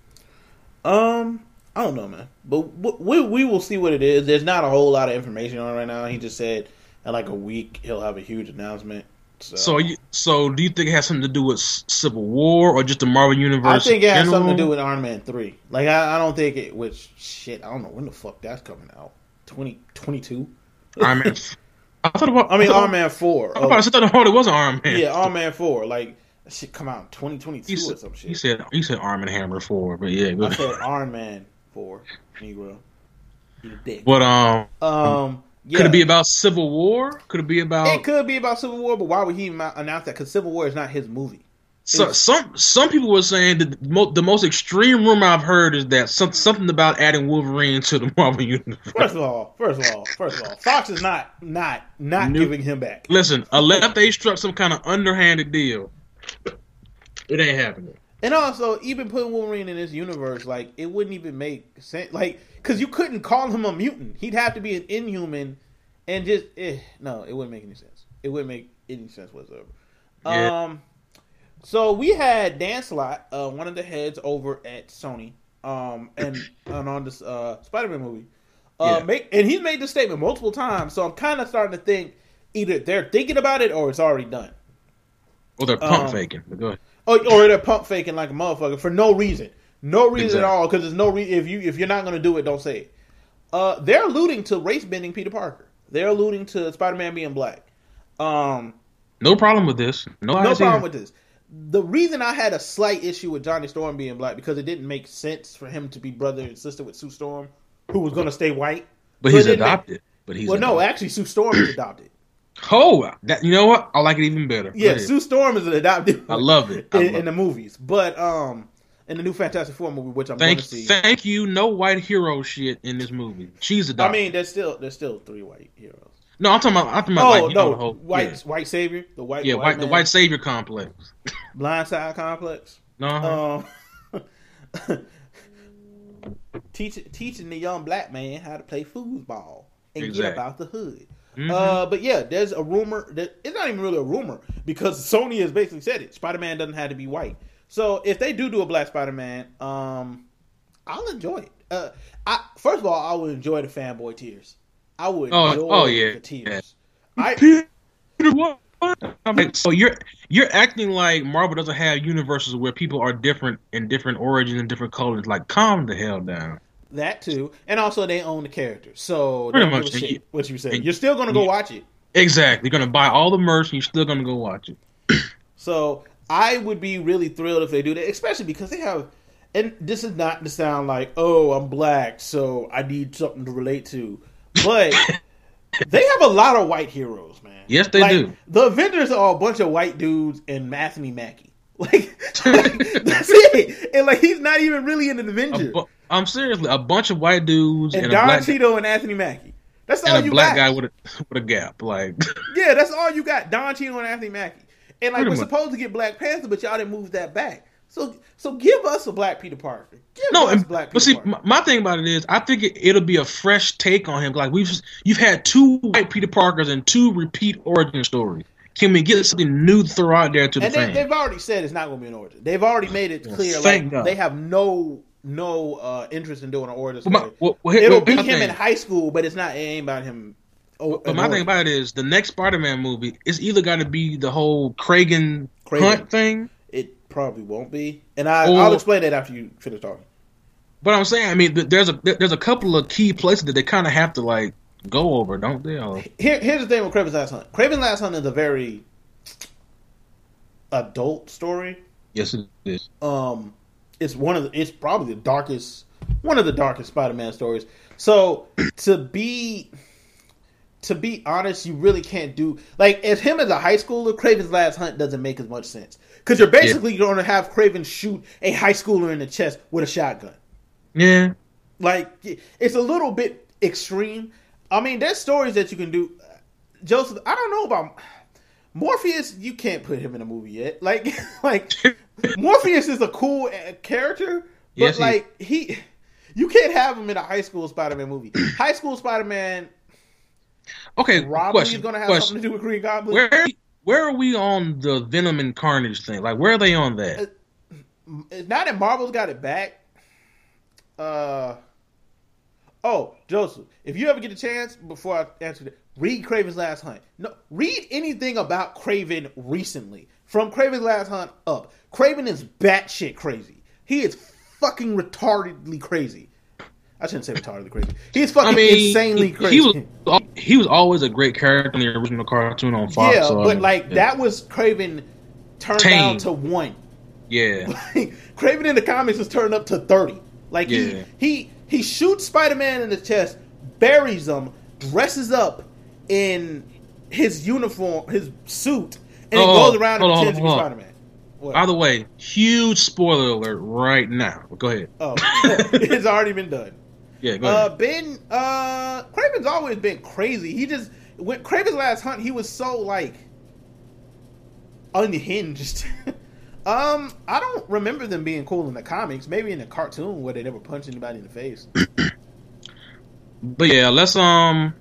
um, I don't know, man. But w- we we will see what it is. There's not a whole lot of information on it right now. He just said in like a week he'll have a huge announcement. So,
So you so do you think it has something to do with C- Civil War or just the Marvel
I
universe?
think it has
in
something to do
general?
with Iron Man three. Like I, I don't think it. Which shit, I don't know when the fuck that's coming out. Twenty twenty two.
Iron Man. I thought about.
I mean,
thought-
Iron Man four. Oh,
I thought, I thought it was an Iron Man.
Yeah, Iron Man Four. Like that shit come out in twenty twenty
he
two or
said,
some
he
shit.
said he said Arm and Hammer four, but yeah,
I
but,
said Iron Man Four. Negro, you dick.
but um,
Um, yeah.
could it be about Civil War? Could it be about
It could be about Civil War, but why would he even announce that? Because Civil War is not his movie.
So,
It's-
some some people were saying that the, mo- the most extreme rumor I've heard is that some, something about adding Wolverine to the Marvel universe.
First of all, first of all, first of all, Fox is not not not
Nope.
giving him back.
Listen, unless they struck some kind of underhanded deal, it ain't happening.
And also, even putting Wolverine in this universe, like it wouldn't even make sense. Like, because you couldn't call him a mutant; he'd have to be an inhuman, and just eh, no, it wouldn't make any sense. It wouldn't make any sense whatsoever.
Yeah.
Um, so we had Dan Slott, uh, one of the heads over at Sony, um, and and on this uh, Spider-Man movie, uh,
Yeah.
make and he's made this statement multiple times. So I'm kind of starting to think either they're thinking about it or it's already done.
Or they're pump
Um,
faking. But go ahead.
Or, or they're pump faking like a motherfucker for no reason, no reason at
Exactly.
all. Because there's no re- if you if you're not gonna do it, don't say it. Uh, they're alluding to race bending Peter Parker. They're alluding to Spider Man being black. Um,
No problem with this. No,
no problem with this. The reason I had a slight issue with Johnny Storm being black because it didn't make sense for him to be brother and sister with Sue Storm, who was gonna stay white.
But
So it
he's
didn't make-
adopted. But he's
well, no,
adopted.
actually, Sue Storm is adopted.
Oh, that, you know what? I like it even better. Go
Yeah,
ahead.
Sue Storm is an adopted.
I love it. I
in,
love
in the
it.
movies, but um, in the new Fantastic Four movie, which I'm
Thank,
going to see.
thank you. No white hero shit in this movie. She's
I
adopted.
mean, there's still there's still three white heroes.
no, I'm talking about. I'm talking about
Oh
like, you
no,
know, the whole,
white
yeah.
white savior, the white
Yeah,
white,
white, the
man,
white savior complex. uh-huh.
Uh, blindside complex.
No,
Um, Teach, teaching the young black man how to play foosball and
Exactly.
get about the hood.
Mhm.
Uh, but yeah, there's a rumor that it's not even really a rumor because Sony has basically said it. Spider Man doesn't have to be white. So if they do do a black Spider Man, um, I'll enjoy it. Uh, I first of all, I would enjoy the fanboy tears. I would
Oh,
enjoy
oh, yeah,
the
yeah.
tears. I,
Peter, what? I'm like, so you're you're acting like Marvel doesn't have universes where people are different in different origins and different colors. Like, calm the hell down.
that too, and also they own the character, so they don't
Pretty much,
give a
and
shit
you-
what you say.
and-
You're still gonna go
yeah.
watch it.
Exactly. You're gonna buy all the merch and you're still gonna go watch it.
So I would be really thrilled if they do that, especially because they have. And this is not to sound like, oh, I'm black, so I need something to relate to, but they have a lot of white heroes, man.
Yes, they
Like,
do.
The Avengers are a bunch of white dudes and Matheny Mackey. Like, like, that's it. And like he's not even really an
A
Avenger.
bu- I'm seriously a bunch of white dudes and,
and
a
Don
black
Cheeto and Anthony Mackie. That's all
and a
you
black
got.
guy with a with a gap. Like,
Yeah, that's all you got. Don Cheadle and Anthony Mackie. And like
Pretty
we're
much.
supposed to get Black Panther, but y'all didn't move that back. So so give us a Black Peter Parker. Give
no,
us
and,
Black Peter
but see,
Parker.
my, my thing about it is, I think it, it'll be a fresh take on him. Like we've you've had two white Peter Parkers and two repeat origin stories. Can we get something new to throw out there to the
and they,
fans?
they've already said it's not going to be an origin. They've already made it clear like
thank God.
they have no no uh, interest in doing an origin story.
Well, my- well, well, here-
It'll
well,
be
my
him in
thing-
high school, but it's not it ain't about him. Oh,
But my thing about it is the next Spider-Man movie is either got to be the whole Kragan,
Kragan.
Hunt thing.
it probably won't be, and I,
Or-
I'll explain that after you finish talking.
But I'm saying, I mean, th- there's a th- there's a couple of key places that they kind of have to like go over, don't they? Or-
Here, here's the thing with Craven's Last Hunt. Craven's Last Hunt is a very adult story.
yes, it is.
um it's one of the it's probably the darkest one of the darkest spider-man stories so to be to be honest you really can't do like as him as a high schooler craven's last hunt doesn't make as much sense because you're basically going to have craven shoot a high schooler in the chest with a shotgun
Yeah,
like it's a little bit extreme i mean there's stories that you can do joseph i don't know about morpheus you can't put him in a movie yet like like morpheus is a cool uh, character but
Yes, he is.
like he you can't have him in a high school spider-man movie high school spider-man
Okay,
probably
question.
is going to have
question.
something to do with green goblin
Where where are we on the Venom and Carnage thing? Like, where are they on that?
It's not that Marvel's got it back. Uh oh, Joseph, if you ever get a chance, before I answer that, read Craven's Last Hunt. No, read anything about Craven recently. From Craven's Last Hunt up, Craven is batshit crazy. He is fucking retardedly crazy. I shouldn't say retardedly crazy. He's fucking
I mean,
insanely
he-
crazy.
He was al- he was always a great character in the original cartoon on Fox.
yeah,
so, I
but
mean,
like
yeah.
that was Craven turned down
Tame.
to one.
Yeah,
Craven in the comics is turned up to thirty. Like
Yeah.
he, he he shoots Spider Man in the chest, buries him, dresses up in his uniform, his suit, and he
Oh,
goes around and
hold on,
pretends to be
hold on.
Spider Man.
By the way, huge spoiler alert right now. Go ahead.
Oh, it's already been done.
Yeah, go
Uh,
ahead.
ben, uh, Craven's always been crazy. He just when Craven's last hunt, he was so like unhinged. um, I don't remember them being cool in the comics. Maybe in the cartoon where they never punch anybody in the face.
But yeah, let's um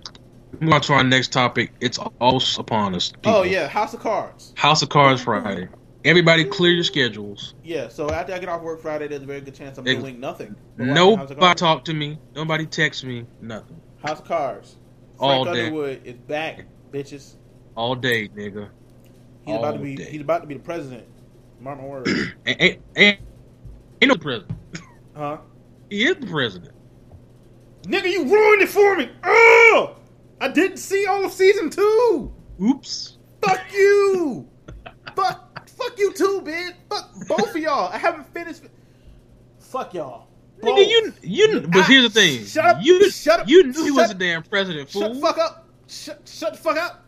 move on to our next topic. It's almost upon us. people.
oh yeah, House of Cards.
House of Cards Friday. Everybody clear your schedules.
Yeah. So after I get off work Friday, there's a very good chance I'm
Ex-
doing nothing. but watching House of
Nobody
Cards.
talk to me. Nobody text me. Nothing.
House of Cards.
All
Frank
day.
Underwood is back, bitches.
All day, nigga.
He's about to
All
be.
day.
He's about to be the president. Mark my words.
Ain't, ain't, ain't ain't no president.
huh?
He is the president.
Nigga, you ruined it for me. Oh, I didn't see all of season two.
Oops.
Fuck you. fuck, fuck you too, bitch. Fuck both of y'all. I haven't finished. Fuck y'all. Both.
Nigga, you you. But
I-
here's the thing.
Ah, shut up,
You
shut up,
you knew he was
shut-
a damn president. Fool.
shut the fuck up. Shut, shut the fuck up.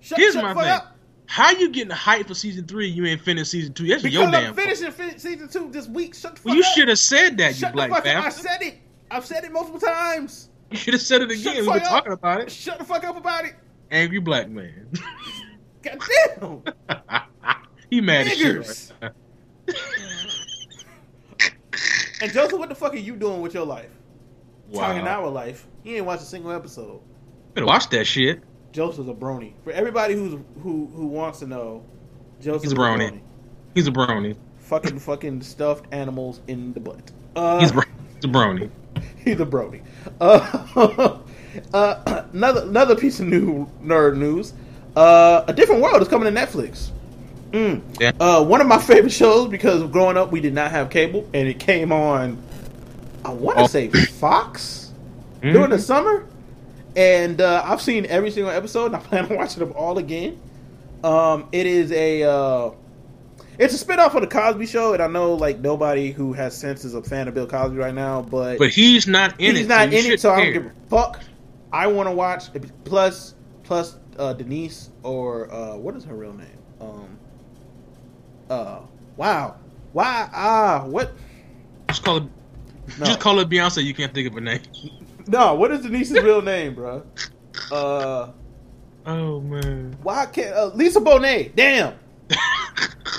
Shut,
Here's
shut
my
the fuck
thing.
up.
How you getting hyped for season three? You ain't finished season two. That's
Because
your damn.
I'm
fault.
finishing fin- season two this week. Shut the fuck
Well, you
up.
should have said that, you
Shut
black
the fuck up. I
bastard.
said it. I've said it multiple times.
You should have said it
Shut
again.
the fuck
We've been
up.
talking about it.
Shut the fuck up about it.
Angry black man.
Goddamn.
he mad as shit.
Niggers.
right now.
And Joseph, what the fuck are you doing with your life? Talking our life. He ain't watched a single episode.
Better watch that shit.
Joseph's a brony. For everybody who's who who wants to know, Joseph's
He's a brony. He's a brony.
Fucking fucking stuffed animals in the butt. Uh,
He's, bro- he's a brony.
He's a Brody. Uh, uh, another another piece of new nerd news. Uh, a different world is coming to Netflix. Mm.
Yeah.
Uh, one of my favorite shows because growing up we did not have cable and it came on. I want to
Oh.
say
Mm-hmm.
Fox during the summer, and uh, I've seen every single episode and I plan on watching them all again. Um, it is a uh, it's a spinoff of the Cosby Show, and I know like nobody who has sense is a fan of Bill Cosby right now, but
But he's not in it.
he's not in
you
it,
shouldn't
so I don't
care.
give a fuck. I want to watch. Plus, plus uh, Denise or uh, what is her real name? Um, uh, wow, why? Ah, what?
Just call it.
No.
Just call it Beyonce. You can't think of a name.
No, what is Denise's real name, bro? Uh,
Oh man.
why can't uh, Lisa Bonet? Damn.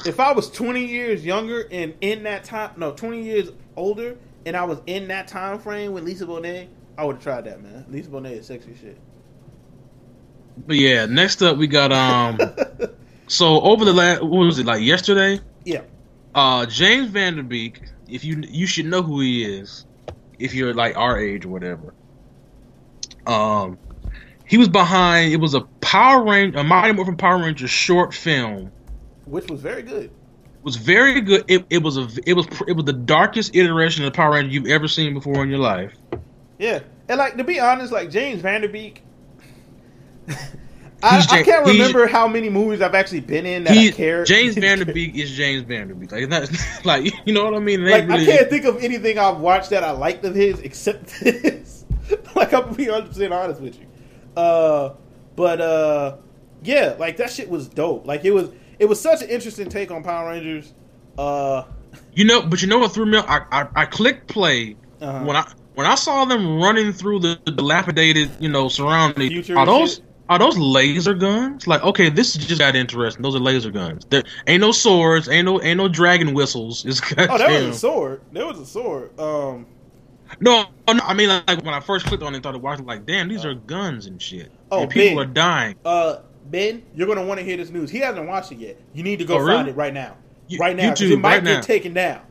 if I was 20 years younger and in that time, no, 20 years older, and I was in that time frame with Lisa Bonet, I would have tried that, man. Lisa Bonet is sexy shit.
But yeah. Next up, we got um. so over the last, what was it like yesterday?
yeah.
Uh, James Vanderbeek. If you you should know who he is, if you're like our age or whatever. Um, he was behind. It was a Power Ranger, a Mighty Morphin Power Rangers short film.
which was very good.
It was very good. It, it was a it was pr- it was the darkest iteration of Power Ranger you've ever seen before in your life.
Yeah, and like to be honest, like James Vanderbeek, I,
He's Ja-
I can't
he's-
remember how many movies I've actually been in that I
He,
care.
James Vanderbeek is James Vanderbeek. Like that's like you know what I mean. It
like
ain't
I
really-
can't think of anything I've watched that I liked of his except this. like I'm being hundred percent honest with you, uh, but uh, yeah, like that shit was dope. Like it was, it was such an interesting take on Power Rangers. Uh,
You know, but you know what threw me? off? I I, I clicked play
Uh-huh.
when I when I saw them running through the, dilapidated you know surrounding.
Future
are
and
those
shit.
are those laser guns? Like okay, this just got interesting. Those are laser guns. There ain't no swords. Ain't no ain't no dragon whistles. It's
oh, that was
goddamn-
a sword. There was a sword. Um,
No, oh, no, I mean like, when I first clicked on it, and started watching, like, damn, these are guns and shit.
Uh, Oh,
and people
big.
are dying.
uh, Ben, you're gonna want to hear this news. He hasn't watched it yet. You need to go
Oh, really?
find it right now,
You-
right now, 'cause it
YouTube,
might
right
get
now.
taken down.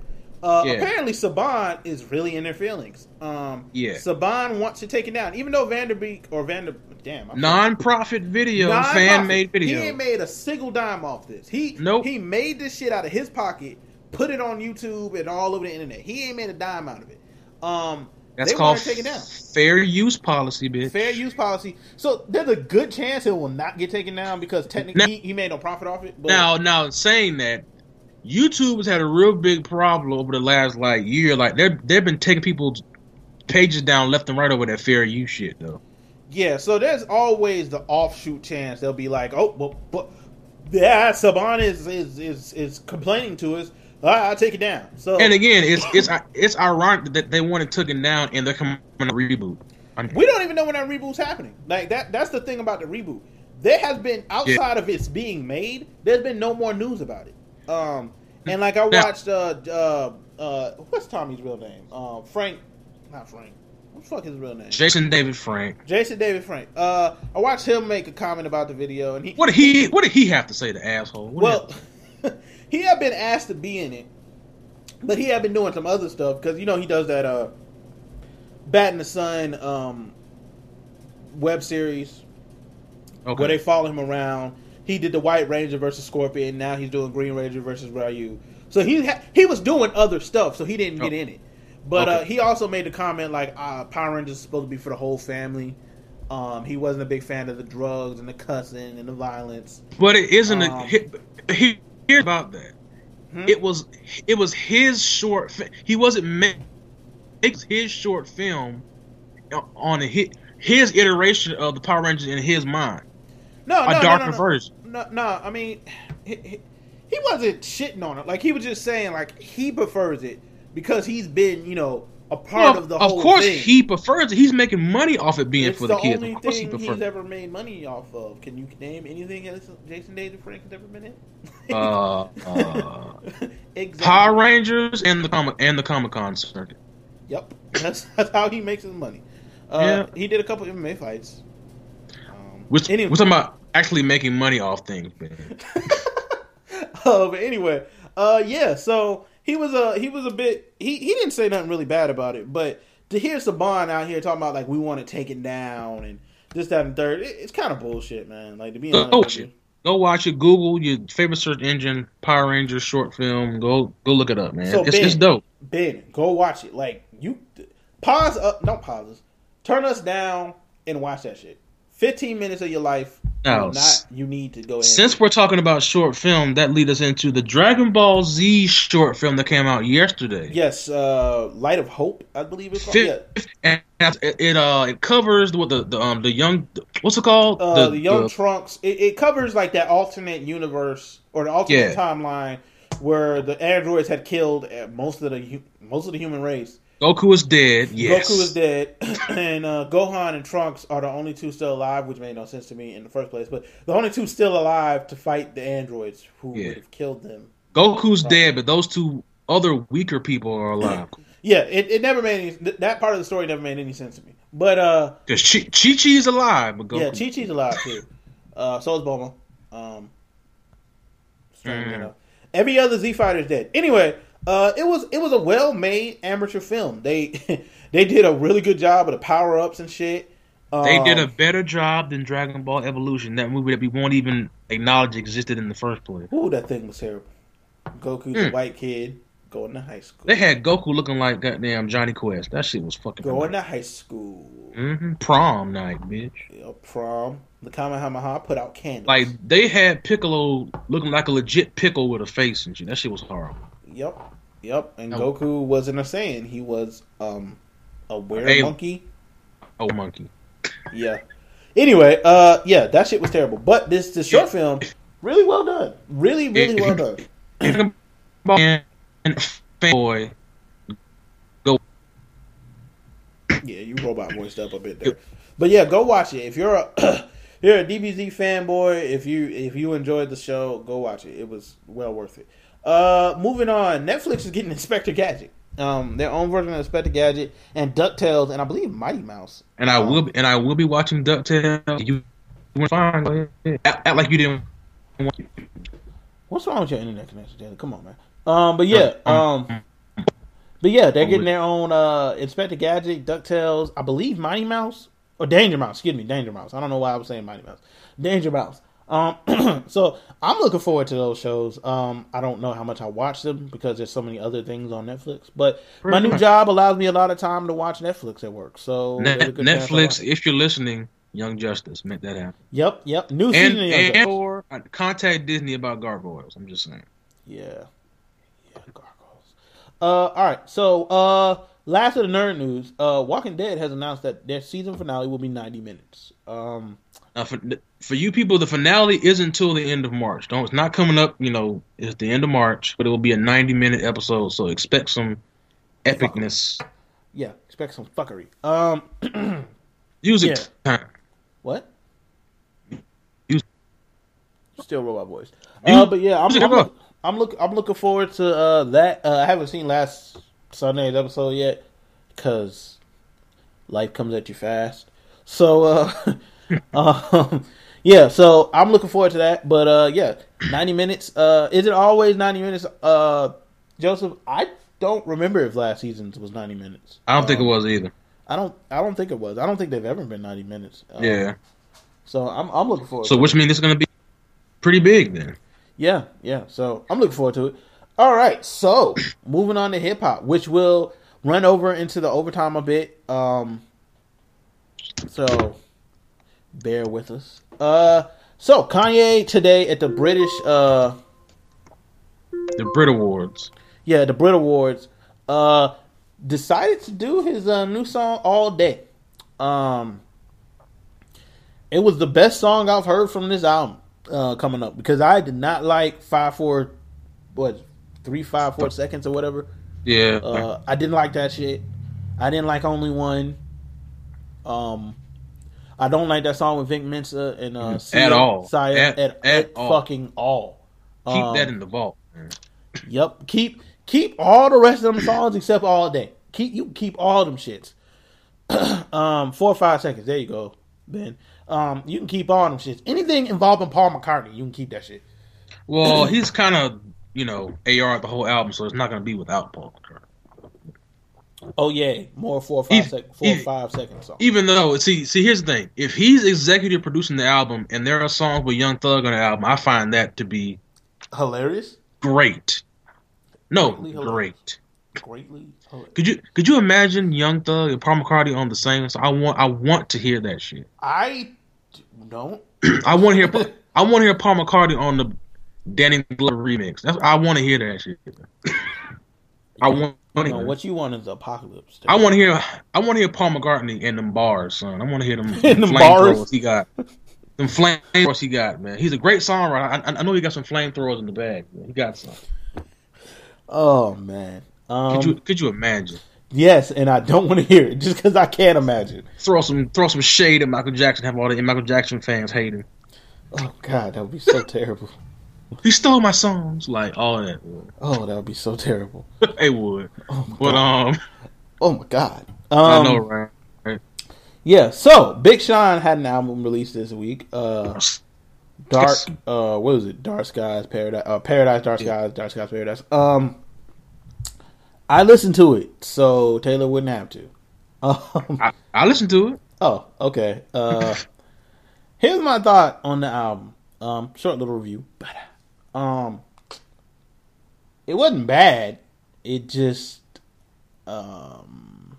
Uh,
Yeah.
Apparently, Saban is really in their feelings. Um,
Yeah.
Saban wants it taken down, even though Vanderbeek or Vander, damn, I
Non-profit video,
Non-profit.
fan-made
He
video.
ain't made a single dime off this. He
Nope.
he made this shit out of his pocket, put it on YouTube and all over the internet. He ain't made a dime out of it. Um,
That's
they want
called
it taken down.
fair use policy, bitch.
Fair use policy. So there's a good chance it will not get taken down because technically
Now-
he, he made no profit off it. But
Now, now saying that, YouTube has had a real big problem over the last like year. Like they they've been taking people's pages down left and right over that fair use shit though.
yeah, so there's always the offshoot chance they'll be like, oh, but, but yeah, Saban is is is, is complaining to us. Ah, I'll take it down. So
And again, it's it's it's ironic that they want it taken down and they're coming on a reboot. I mean,
we don't even know when that reboot's happening. Like that that's the thing about the reboot. There has been outside of its being made, there's been no more news about it. Um and like I
Now-
watched uh uh uh what's Tommy's real name? Um Frank not Frank. What the fuck is his real name?
Jason David Frank.
Jason David Frank. Uh I watched him make a comment about the video and he
What did he what did he have to say? The asshole. What did-
well, he had been asked to be in it, but he had been doing some other stuff because you know he does that uh, Bat in the Sun um, web series
okay.
where they follow him around. He did the White Ranger versus Scorpion. Now he's doing Green Ranger versus Ryu. So he ha- he was doing other stuff, so he didn't get
Oh.
in it. But uh,
Okay.
he also made the comment like uh, Power Rangers is supposed to be for the whole family. Um, he wasn't a big fan of the drugs and the cussing and the violence.
But it isn't. a,
Um,
he, he hear about that.
Hmm?
It was it was his short. fi- He wasn't making his short film on a, his, his iteration of the Power Rangers in his mind,
No, Oh, no,
a
no,
darker
no, no.
version.
No, no. I mean, he, he, he wasn't shitting on it. Like he was just saying, like he prefers it because he's been, you know, a part of the
of
whole
course
thing.
he prefers it. He's making money off it being
it's
for
the,
the, kids.
only
Of course he
thing
prefers.
he's ever made money off of. Can you name anything else Jason David Frank has ever been in?
uh, uh,
exactly.
Power Rangers and the comic and the Comic Con circuit.
Yep, that's, that's how he makes his money. Uh, He did a couple MMA fights. Um,
Which
anyway,
we're talking about actually making money off things. Man.
uh, but anyway, uh, yeah. So he was a he was a bit he he didn't say nothing really bad about it, but to hear Saban out here talking about like we want to take it down and this that and third, it, it's kind of bullshit, man. Like to be honest, with
Bullshit. Go watch it. Google your favorite search engine, Power Rangers short film. Go go look it up, man.
So,
it's, it's
Ben-
dope.
you, Ben, go watch it. Like you pause up, no pauses, turn us down and watch that shit. Fifteen minutes of your life,
No,
no, not
s-
you need to go. Ahead
Since we're talking about short film, that lead us into the Dragon Ball Z short film that came out yesterday.
Yes, uh, Light of Hope, I believe it's called.
Fif-
yeah.
and it, it uh it covers what the, the um the young what's it called
Uh, the, Young Trunks. It, it covers like that alternate universe or the alternate
Yeah.
timeline where the androids had killed uh, most of the hu- most of the human race.
Goku is dead. Yes,
Goku is dead, and uh, Gohan and Trunks are the only two still alive, which made no sense to me in the first place. But the only two still alive to fight the androids who
Yeah.
would have killed them.
Goku's dead, but those two other weaker people are alive.
Yeah, it, it never made any, th- that part of the story never made any sense to me. But uh,
Because Chi Chi is alive, but Goku.
Yeah, Chi Chi's alive too. Uh, so is Bulma. Um, strangely
Mm.
enough. Every other Z fighter is dead. Anyway, uh, it was it was a well made amateur film. They they did a really good job of the power ups and shit. Um,
They did a better job than Dragon Ball Evolution, that movie that we won't even acknowledge existed in the first place.
Ooh, that thing was terrible. Goku's a
Mm.
white kid going to high school.
They had Goku looking like goddamn Johnny Quest. That shit was fucking.
going to high school.
hmm Prom night, bitch.
Yeah, Prom the Kamehameha put out candles.
Like they had Piccolo looking like a legit pickle with a face and shit. That shit was horrible.
yep, yep. And
No.
Goku wasn't a Saiyan. He was um a were monkey.
Oh monkey.
Yeah. Anyway, uh, yeah, that shit was terrible. But this this short film, really well done. Really, really well done.
Dragon Ball and and fanboy.
Yeah, you robot voiced up a bit there. But yeah, go watch it. If you're a you're a DBZ fanboy, if you if you enjoyed the show, go watch it. It was well worth it. Uh, moving on, Netflix is getting Inspector Gadget. Um, their own version of Inspector Gadget and Ducktales, and I believe Mighty Mouse.
And I will and I will be watching DuckTales. You went fine. Go ahead. Act, act like you didn't. want-
What's wrong with your internet connection, Taylor? Come on, man. Um, but yeah,
Uh,
um, but yeah, they're getting their own uh, Inspector Gadget, Ducktales, I believe Mighty Mouse or Danger Mouse. Excuse me, Danger Mouse. I don't know why I was saying Mighty Mouse. Danger Mouse. Um, so I'm looking forward to those shows. Um, I don't know how much I watch them because there's so many other things on Netflix. But my new
Right.
job allows me a lot of time to watch Netflix at work. So
Net-
there's a Oh, good chance I watch
Netflix,
it.
if you're listening, Young Justice meant that happen.
Yep, yep. New
And,
season. of Young Justice.
and or uh, contact Disney about gargoyles. I'm just saying.
Yeah. Yeah, gargoyles. Uh, all right. So, uh, last of the nerd news. Uh, Walking Dead has announced that their season finale will be 90 minutes. Um,
Now, for, for you people, the finale is until the end of March. Don't it's not coming up. You know, it's the end of March, but it will be a 90 minute episode. So expect some epicness.
yeah, expect some fuckery. Um,
Use it. time.
what?
You-
Still robot voice.
You-
Uh, but yeah, I'm,
Still
I'm,
robot.
I'm look I'm looking forward to uh that. Uh, I haven't seen last Sunday's episode yet because life comes at you fast. So uh, um, yeah, so I'm looking forward to that. But uh, yeah, 90 minutes. Uh, is it always 90 minutes? Uh, Joseph, I don't remember if last season's was 90 minutes. Um,
I don't think it was either.
I don't. I don't think it was. I don't think they've ever been 90 minutes. Um,
yeah.
So I'm I'm looking forward.
So
to it.
which means it's going to be pretty big then.
Yeah, yeah. So I'm looking forward to it. All right. So moving on to hip hop, which will run over into the overtime a bit. Um, so bear with us. Uh, so Kanye today at the British, uh,
The Brit Awards.
yeah, the Brit Awards, uh, decided to do his uh, new song all day. Um, it was the best song I've heard from this album uh, coming up because I did not like five four, what three five four seconds or whatever.
Yeah.
Uh, I didn't like that shit. I didn't like Only One. Um, I don't like that song with Vic Mensa and uh, Sia,
all.
Sia,
Mm-hmm.
at,
At- at
at
all.
fucking all.
Keep
Um,
that in the vault. man.
Yep. Keep keep all the rest of them songs except all day. Keep you can keep all them shits. um, four or five seconds. There you go, Ben. Um, you can keep all them shits. Anything involving Paul McCartney, you can keep that shit.
Well, he's kind of you know AR the whole album, so it's not gonna be without Paul McCartney.
Oh yeah, more four or five
Easy.
sec- four or
Easy.
five seconds song.
Even though, see, see, here's the thing: if he's executive producing the album and there are songs with Young Thug on the album, I find that to be
Hilarious.
great. No,
Greatly hilarious.
great.
Greatly. hilarious.
Could you could you imagine Young Thug and Paul McCartney on the same? So I want I want to hear that shit.
I d- don't.
I want to hear I want to hear Paul McCartney on the Danny Glover remix. That's I want to hear that shit. I want.
You know, what you want is apocalypse.
I want to hear I want to hear Paul McCartney and them bars, son. I want to hear them,
In them
flamethrowers
bars.
he got. Them flamethrowers he got, man. He's a great songwriter. I, I- I know he got some flamethrowers in the bag. Man. He got some.
Oh man. Um,
Could you could you imagine?
yes, and I don't want to hear it just because I can't imagine.
Throw some throw some shade at Michael Jackson. Have all the Michael Jackson fans hate him.
Oh god, that would be so terrible.
He stole my songs, like all that. man.
Oh, that would be so terrible.
they would,
Oh my
but
god.
um,
oh my god.
I
Um,
know, right?
Yeah. So Big Sean had an album released this week. Uh, Dark.
Yes.
Uh, what was it? Dark Skies Paradise. Uh, Paradise. Dark
Yeah.
Skies. Dark Skies Paradise. Um, I listened to it, so Taylor wouldn't have to. Um,
I, I listened to it.
Oh, okay. Uh, here's my thought on the album. Um, short little review. Um, it wasn't bad. It just, um,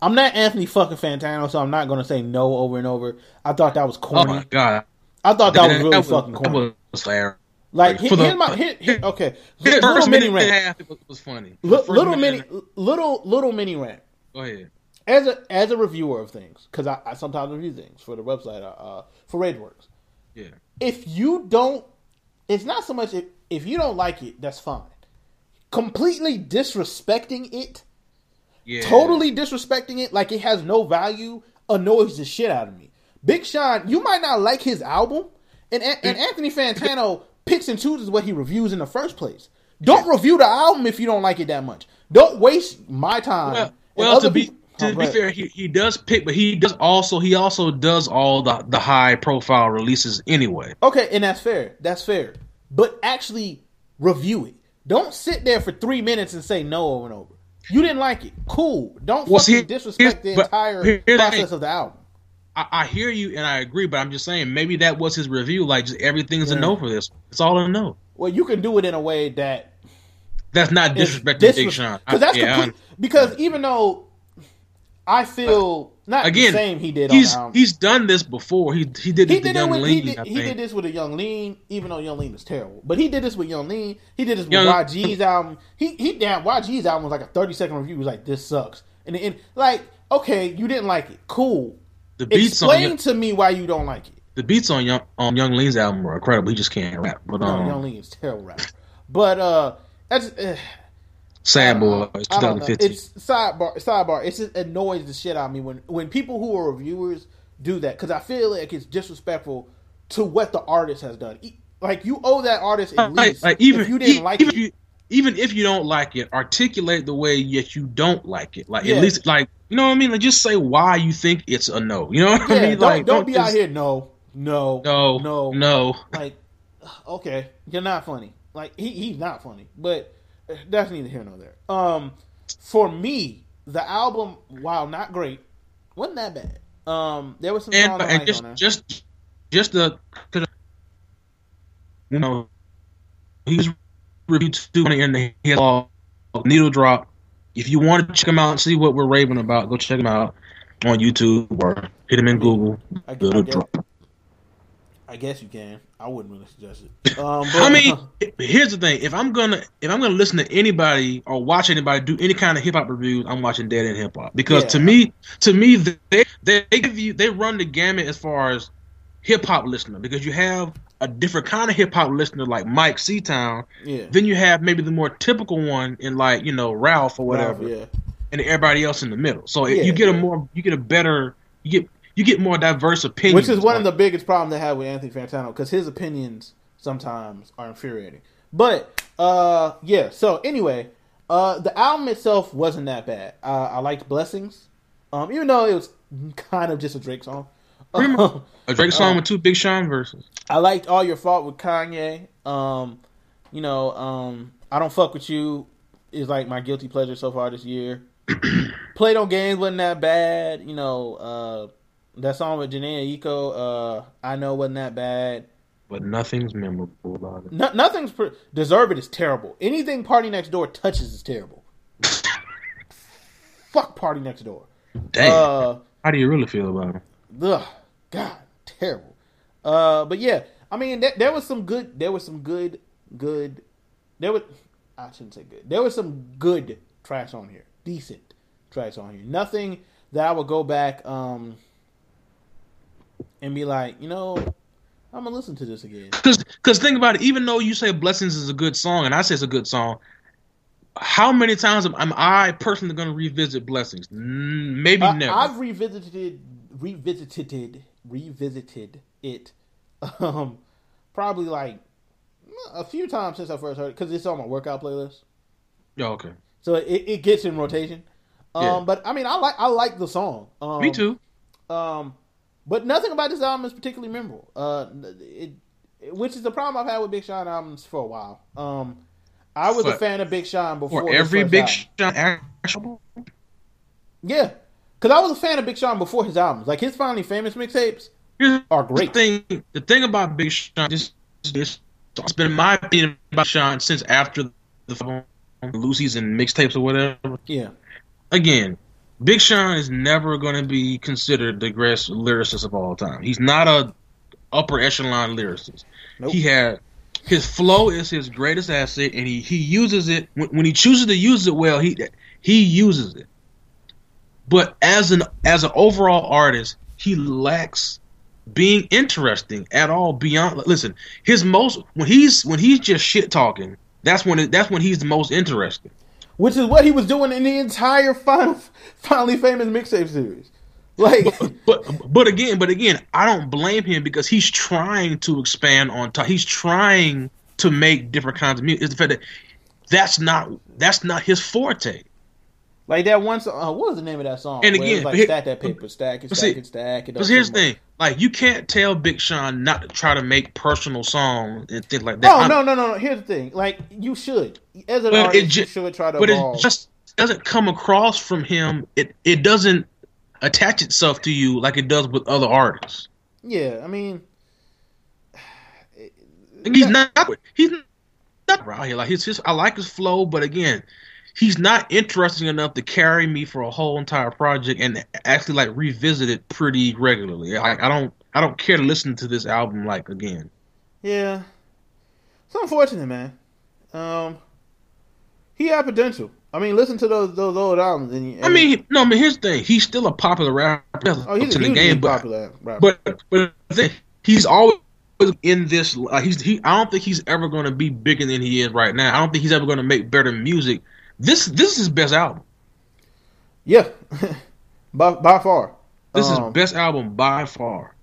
I'm not Anthony fucking Fantano, so I'm not gonna say no over and over. I thought that was
Oh
corny.
my god,
I thought that was really
that
fucking
that
corny.
was hilarious.
like, here,
for the-
here's my here, here, okay.
The
little
first
mini
minute and a
rant.
half it was, was funny. The
Li-
first
Little
minute and
mini, little little mini rant.
a- Go ahead.
as a as a reviewer of things, because I, I sometimes review things for the website uh, uh, for RageWorks.
Yeah.
If you don't, it's not so much if if you don't like it, that's fine. Completely disrespecting it,
Yeah.
totally disrespecting it, like it has no value, annoys the shit out of me. Big Sean, you might not like his album, and An- and Anthony Fantano picks and chooses what he reviews in the first place. Don't review the album if you don't like it that much. Don't waste my time.
Well,
and
well to
other
be
peop-
to
Oh, go
be
ahead.
fair, he, he does pick, but he does also he also does all the the high profile releases anyway.
Okay, and that's fair. That's fair. But actually review it. Don't sit there for three minutes and say no over and over. You didn't like it. Cool. Don't
Well,
fucking
see,
disrespect the
here's- but
entire
here's the
process
thing.
of the album.
I, I hear you and I agree, but I'm just saying maybe that was his review. Like just everything's
Yeah.
a no for this. It's all a no.
Well, you can do it in a way that
That's not
is
disrespecting Big Sean. I-
Because that's
yeah, I
complete, because even though I feel not
again,
the same he did on
he's
the album.
he's done this before. He he did
he
it with
did it
Young
with
Lean.
he, did,
I
he
think.
did this with a Young Lean, even though Young Lean was terrible. But he did this with Young Lean. He did this with
Young-
YG's album. He he damn YG's album was like a thirty second review. He was like, "This sucks," and and like, okay, you didn't like it, cool.
the beats on
Explain
Young,
to me why you don't like it.
the beats on Young on Young Lean's album are incredible. He just can't rap. But
No,
um,
Young Lean is terrible rapper. But uh, that's uh,
Sad Boy, it's
I don't know.
2015.
It's sidebar. Sidebar. It just annoys the shit out of me when when people who are reviewers do that because I feel like it's disrespectful to what the artist has done. E- Like you owe that artist at
like,
least
like, even
if you didn't
e-
like
even
it.
if you, even if you don't like it, articulate the way yet you don't like it. Like
Yeah.
at least like you know what I mean. Like just say why you think it's a no. You know what
yeah,
I mean?
don't,
like
don't be out
just-
here. No, no,
No,
no,
no, no.
Like, okay, you're not funny. Like he, he's not funny, but uh, that's neither here nor there. Um, for me, the album, while not great, wasn't that bad. Um, there was some
And,
songs I
and
liked
just
on there.
just just the 'cause, you know he's reviewed two and the he had all needle drop. If you want to check him out and see what we're raving about, go check him out on YouTube or hit him in Google.
I, I
Needle
guess,
drop.
I guess you can. I wouldn't really suggest it. Um, but,
I mean, here's the thing: if I'm gonna if I'm gonna listen to anybody or watch anybody do any kind of hip hop reviews, I'm watching Dead End Hip Hop because to
Yeah.
me, to me, they they give you they run the gamut as far as hip hop listener because you have a different kind of hip hop listener like Mike Seatown,
yeah,
then you have maybe the more typical one in like you know Ralph or whatever,
Yeah,
and everybody else in the middle. So if
Yeah.
you get a more, you get a better, you get you get more diverse opinions.
Which is one of
on-
the biggest problems they have with Anthony Fantano because his opinions sometimes are infuriating. But uh, yeah. So anyway, uh, the album itself wasn't that bad. Uh, I liked Blessings, um, even though it was kind of just a Drake song. Um,
a Drake song with two Big Sean verses.
I liked All Your Fault with Kanye. Um, you know, um, I Don't Fuck With You is like my guilty pleasure so far this year. Play Doh Games wasn't that bad. You know, uh, that song with Janae Eco, uh, I Know wasn't that bad.
But nothing's memorable about it.
No, nothing's pre- Deserve It is terrible. Anything Party Next Door touches is terrible. Fuck Party Next Door.
Damn.
Uh,
How do you really feel about it?
Ugh, God, terrible. Uh, but yeah, I mean, th- there was some good. There was some good, good. There was, I shouldn't say good. There was some good trash on here, decent trash on here. Nothing that I would go back um and be like, you know, I'm gonna listen to this again.
Because because think about it. Even though you say Blessings is a good song, and I say it's a good song, how many times am, am I personally going to revisit Blessings? Mm, Maybe
I,
never.
I've revisited, revisited, revisited it, um, probably like a few times since I first heard it because it's on my workout playlist.
Yeah, okay.
so it, it gets in rotation. Um,
Yeah.
But I mean, I like I like the song. Um,
Me too.
Um, but nothing about this album is particularly memorable. Uh, it, it- which is the problem I've had with Big Sean albums for a while. Um, I was a
For-
fan of Big Sean before
For
his
every
first
Big
album.
Sean actual.
yeah, because I was a fan of Big Sean before his albums. Like his finally famous mixtapes
Here's
are great.
the thing. The thing about Big Sean, this this it's been my opinion about Sean since after the Lucy's and mixtapes or whatever.
Yeah,
Again, Big Sean is never going to be considered the greatest lyricist of all time. He's not a upper echelon lyricist.
Nope.
He had his flow is his greatest asset, and he he uses it when, when he chooses to use it well. He he uses it, but as an as an overall artist, he lacks being interesting at all. Beyond listen, his most when he's when he's just shit talking. That's when it, that's when he's the most interesting.
which is what he was doing in the entire final, finally famous mixtape series. Like
But but again, but again, I don't blame him because he's trying to expand on top. He's trying to make different kinds of music. It's the fact that that's not that's not his forte.
Like that one song. Uh, what was the name of that song?
And
Where it was
again,
like
here-
stack that paper, stack it,
but
stack
see-
it, stack it.
Because
up
here's the
somewhere.
thing: like you can't tell Big Sean not to try to make personal songs and things like that.
No,
I'm-
Oh, no, no, no, no. Here's the thing. Like you should, as an
But it
artist,
ju-
you should try to
but
evolve.
it just doesn't come across from him. It it doesn't attach itself to you like it does with other artists.
yeah, I mean,
Like, he's not he's not out here like his, his I like his flow, but again, he's not interesting enough to carry me for a whole entire project and actually like revisit it pretty regularly. Like I don't I don't care to listen to this album like again.
yeah. It's unfortunate, man. Um, he had potential. I mean, listen to those those old albums. And, you-
I
and-
mean, no, I mean here's the thing: he's still a popular rapper
oh, he's a
to the
hugely
game, but
popular rapper.
but but the thing, he's always in this. Like he's he. I don't think he's ever going to be bigger than he is right now. I don't think he's ever going to make better music. This this is his best album.
yeah, by by far,
This
Um,
is best album by far.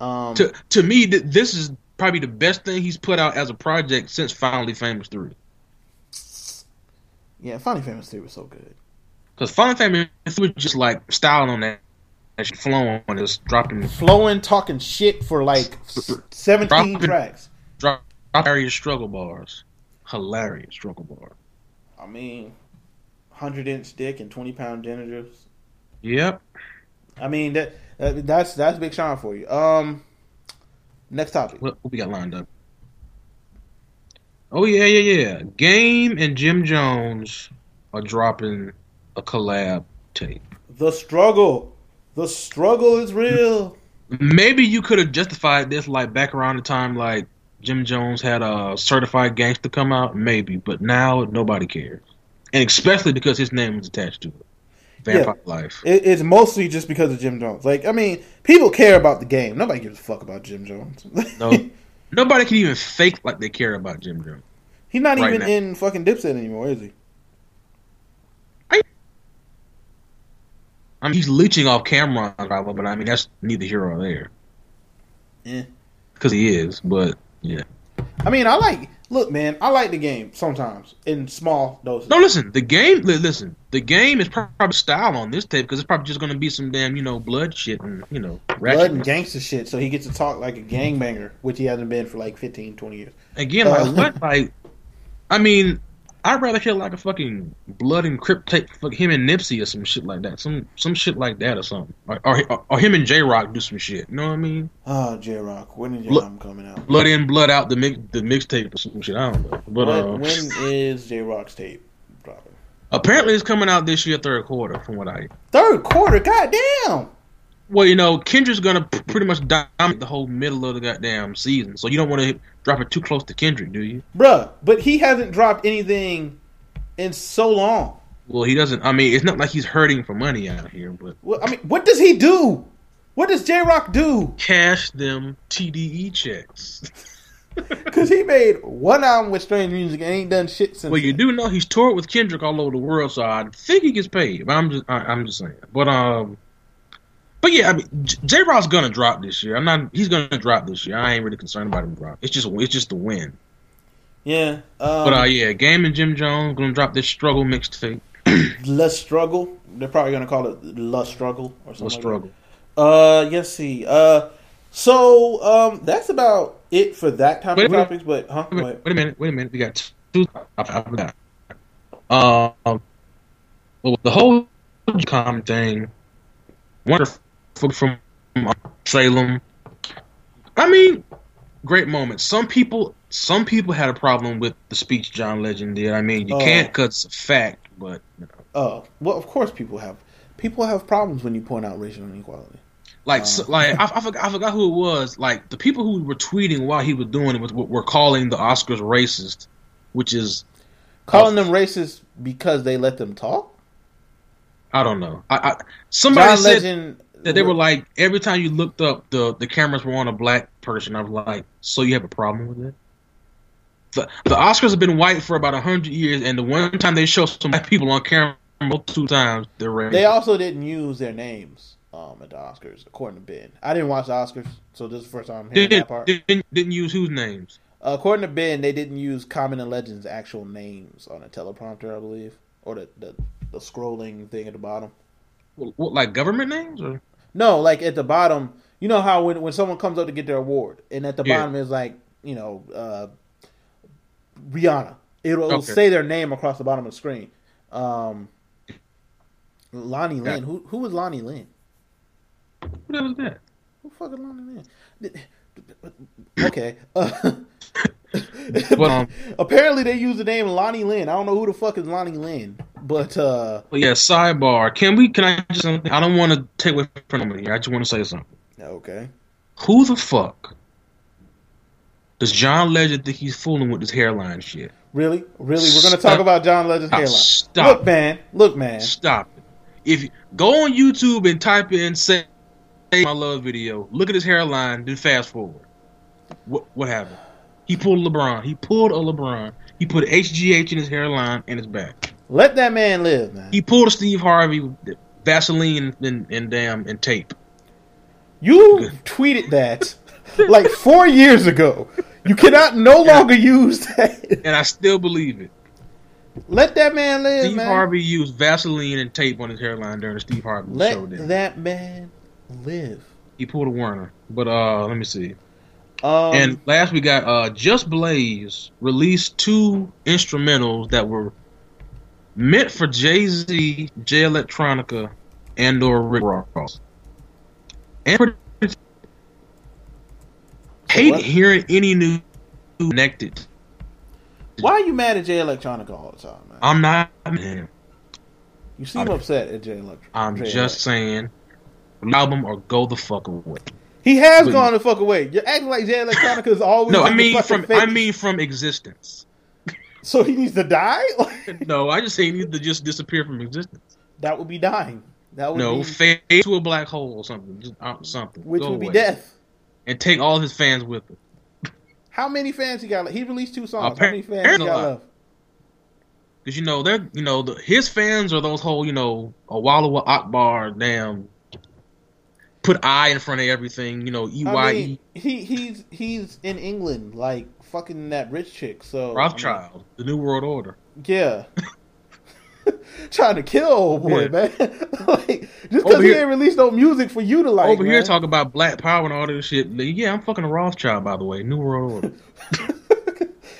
Um,
To to me, th- this is probably the best thing he's put out as a project since Finally Famous Three.
yeah, Finally Famous Three was so good.
Because Finally Famous Three was just like styling on that, that shit, flowing, just dropping,
Flowing, talking shit for like seventeen
Dropping-
tracks.
drop, hilarious struggle bars, hilarious struggle bars.
I mean, hundred inch dick and twenty pound genitals.
Yep.
I mean that, that that's that's Big Sean for you. Um, next topic.
What, what we got lined up? Oh yeah, yeah, yeah. Game and Jim Jones are dropping a collab tape.
The struggle. The struggle is real.
Maybe you could have justified this like back around the time like Jim Jones had a uh, certified gangster come out, maybe, but now nobody cares, and especially because his name is attached to it. Vampire Life.
It, it's mostly just because of Jim Jones. Like I mean, people care about the game. Nobody gives a fuck about Jim Jones.
No, nobody can even fake like they care about Jim Jones.
he's not
Right
even
now.
in fucking Dipset anymore, is he?
I mean, he's leeching off Cameron, but I mean that's neither here or there
Yeah.
because he is. But yeah,
I mean, I like look, man. I like the game sometimes in small doses.
no, listen, the game. li- Listen, the game is probably style on this tape because it's probably just going to be some damn you know blood shit and you know
blood
ratchet.
and gangster shit. So he gets to talk like a gangbanger, which he hasn't been for like 15, 20 years.
Again,
Uh,
like what? Like, I mean, I'd rather hear like a fucking blood and crypt tape, fuck him and Nipsey or some shit like that, some some shit like that or something, or or, or him and J Rock do some shit. You know what I mean?
Oh, J Rock, when is your
Look-
album coming out?
Blood in, blood out, the mix the mixtape or some shit. I don't know, but
When-
uh,
when is J Rock's tape dropping?
apparently it's coming out this year, third quarter, from what I.
Third quarter, goddamn.
Well, you know, Kendrick's gonna p- pretty much dominate the whole middle of the goddamn season, so you don't want to drop it too close to Kendrick, do you?
Bruh, but he hasn't dropped anything in so long.
Well, he doesn't. I mean, it's not like he's hurting for money out here, but
Well, I mean, what does he do? What does J Rock do?
cash them TDE checks.
Because he made one album with Strange Music and ain't done shit since.
well, you
then.
do know he's toured with Kendrick all over the world, so I think he gets paid. But I'm just, I, I'm just saying. But um, but yeah, I mean, J- J. Rock's gonna drop this year. I'm not. He's gonna drop this year. I ain't really concerned about him drop. It's just, it's just the win.
Yeah. Um,
But uh, yeah, Game and Jim Jones gonna drop this struggle mixtape.
Lust Struggle. They're probably going to call it Lust Struggle or something.
Or
like
struggle.
that. Uh, yes, see. Uh, so, um, that's about it for that type
Wait
of
a minute.
topics, but, huh?
Wait, a
Wait.
minute, wait a minute. Wait a minute. We got two. I, I forgot. Um, well, the whole com thing. Wonderful from uh, Salem. I mean, great moment. Some people, some people had a problem with the speech John Legend did. I mean, you
Oh.
can't cut it's a fact, but you know.
Uh, well, of course people have. People have problems when you point out racial inequality.
like, so,
Uh.
like I, I, forgot, I forgot who it was. Like the people who were tweeting while he was doing it was, were calling the Oscars racist, which is
Calling them racist because they let them talk?
I don't know. I, I somebody
John
said
Legend.
that they were like every time you looked up the the cameras were on a black person. I was like, so you have a problem with it? The, the Oscars have been white for about hundred years, and the one time they show some black people on camera two times, they're racist.
They also didn't use their names um, at the Oscars, according to Ben. I didn't watch the Oscars, so this is the first time I'm hearing
didn't,
that part. Uh,
didn't didn't use whose names.
according to Ben, they didn't use Common and Legends' actual names on the teleprompter, I believe, or the, the, the scrolling thing at the bottom.
What, what, like government names or
No, like at the bottom, you know how when, when someone comes up to get their award, and at the
Yeah.
bottom is like, you know, uh, Rihanna. It'll, it'll
Okay.
say their name across the bottom of the screen. Um, Lonnie Lynn. Who who was Lonnie Lynn?
who the hell is that?
Who fucking Lonnie Lynn? Okay. Uh,
But um,
apparently they use the name Lonnie Lynn. I don't know who the fuck is Lonnie Lynn, but uh,
but yeah, sidebar. Can we? Can I just? I don't want to take away from them here. I just want to say something.
okay.
Who the fuck does John Legend think he's fooling with this hairline shit?
Really, really, we're gonna talk
Stop.
about John Legend's hairline.
Stop.
Look, man. Look, man.
Stop it. If you go on YouTube and type in "say my love" video, look at his hairline. Then fast forward. What what happened? He pulled a LeBron. He pulled a LeBron. He put HGH in his hairline and his back.
Let that man live, man.
He pulled a Steve Harvey with the Vaseline and, and damn and tape.
You tweeted that like four years ago. You cannot no longer use that.
And I still believe it.
Let that man live,
Steve
man.
Harvey used Vaseline and tape on his hairline during the Steve Harvey show.
Let
Then.
that man live.
he pulled a Warner. But uh, let me see.
Um,
and last we got uh Just Blaze released two instrumentals that were meant for Jay Z, Jay Electronica, and or Rick Ross. And pretty- hate
What?
hearing any new connected.
why are you mad at Jay Electronica all the time, man?
I'm not. man,
You seem
I'm-
upset at Jay Electronica.
I'm just saying, album or go the fuck away.
He has
But-
gone the fuck away. You're acting like Jay Electronica is always.
No,
in
I
Oh, the
mean
fucking
from
face.
I mean from existence.
So he needs to die.
No, I just say he needs to just disappear from existence.
that would be dying. That would
No,
be
fade to a black hole or something. Just uh, something.
which
Go
would be
away.
death.
And take all his fans with him.
How many fans he got? Left? He released two songs. How many
Apparently
fans he
a
got
lot.
left?
Cause you know they're you know the, his fans are those whole you know a Walawa Akbar damn put I in front of everything you know E
I
Y
mean,
E
he he's he's in England, like fucking that rich chick. So I
Rothschild the New World Order
mean, yeah. Trying to kill old boy,
Yeah.
man. like just
Over
because he
here-
ain't released no music for you to like.
over here
man.
talk about Black Power and all this shit Like, yeah I'm fucking a Rothschild by the way New World Order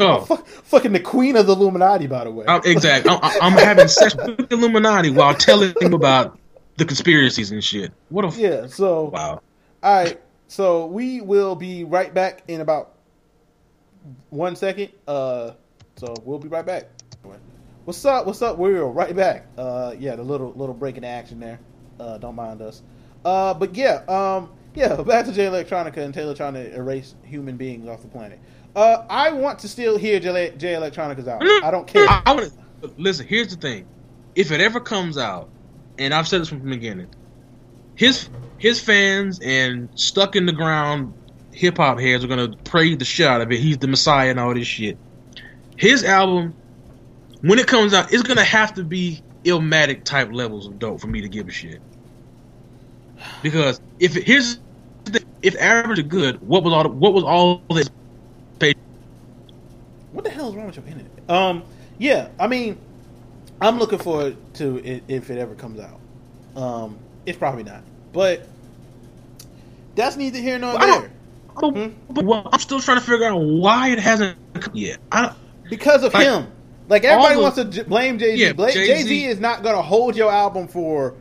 oh
Fuck, fucking the queen of the Illuminati, by the way.
I'm, exactly I'm, I'm having sex with the Illuminati while telling him about the conspiracies and shit what a f-
yeah. So
wow
all right. So we will be right back in about one second. Uh, so we'll be right back. What's up? What's up? We're right back. Uh, yeah, the little little break in action there. Uh, don't mind us. Uh, but yeah, um, yeah, back to Jay Electronica and Taylor trying to erase human beings off the planet. Uh, I want to still hear Jay, Jay Electronica's out. I don't care.
I, I would listen. Here's the thing: if it ever comes out, and I've said this from the beginning, his his fans and stuck in the ground hip hop heads are gonna praise the shit out of it. He's the messiah and all this shit. His album, when it comes out, it's gonna have to be Illmatic type levels of dope for me to give a shit. Because if it, here's the thing, if average is good, what was all the, what was all this?
What the hell is wrong with your internet? Um, yeah, I mean, I'm looking forward to it if it ever comes out. Um, it's probably not, but that's neither here nor
I don't-
there
But,
Hmm?
but well, I'm still trying to figure out why it hasn't come yet. I don't,
because of
Like,
him. Like everybody
all the-
wants to j- blame Jay Z.
Yeah, Jay-Z-
Jay Z is not gonna hold your album for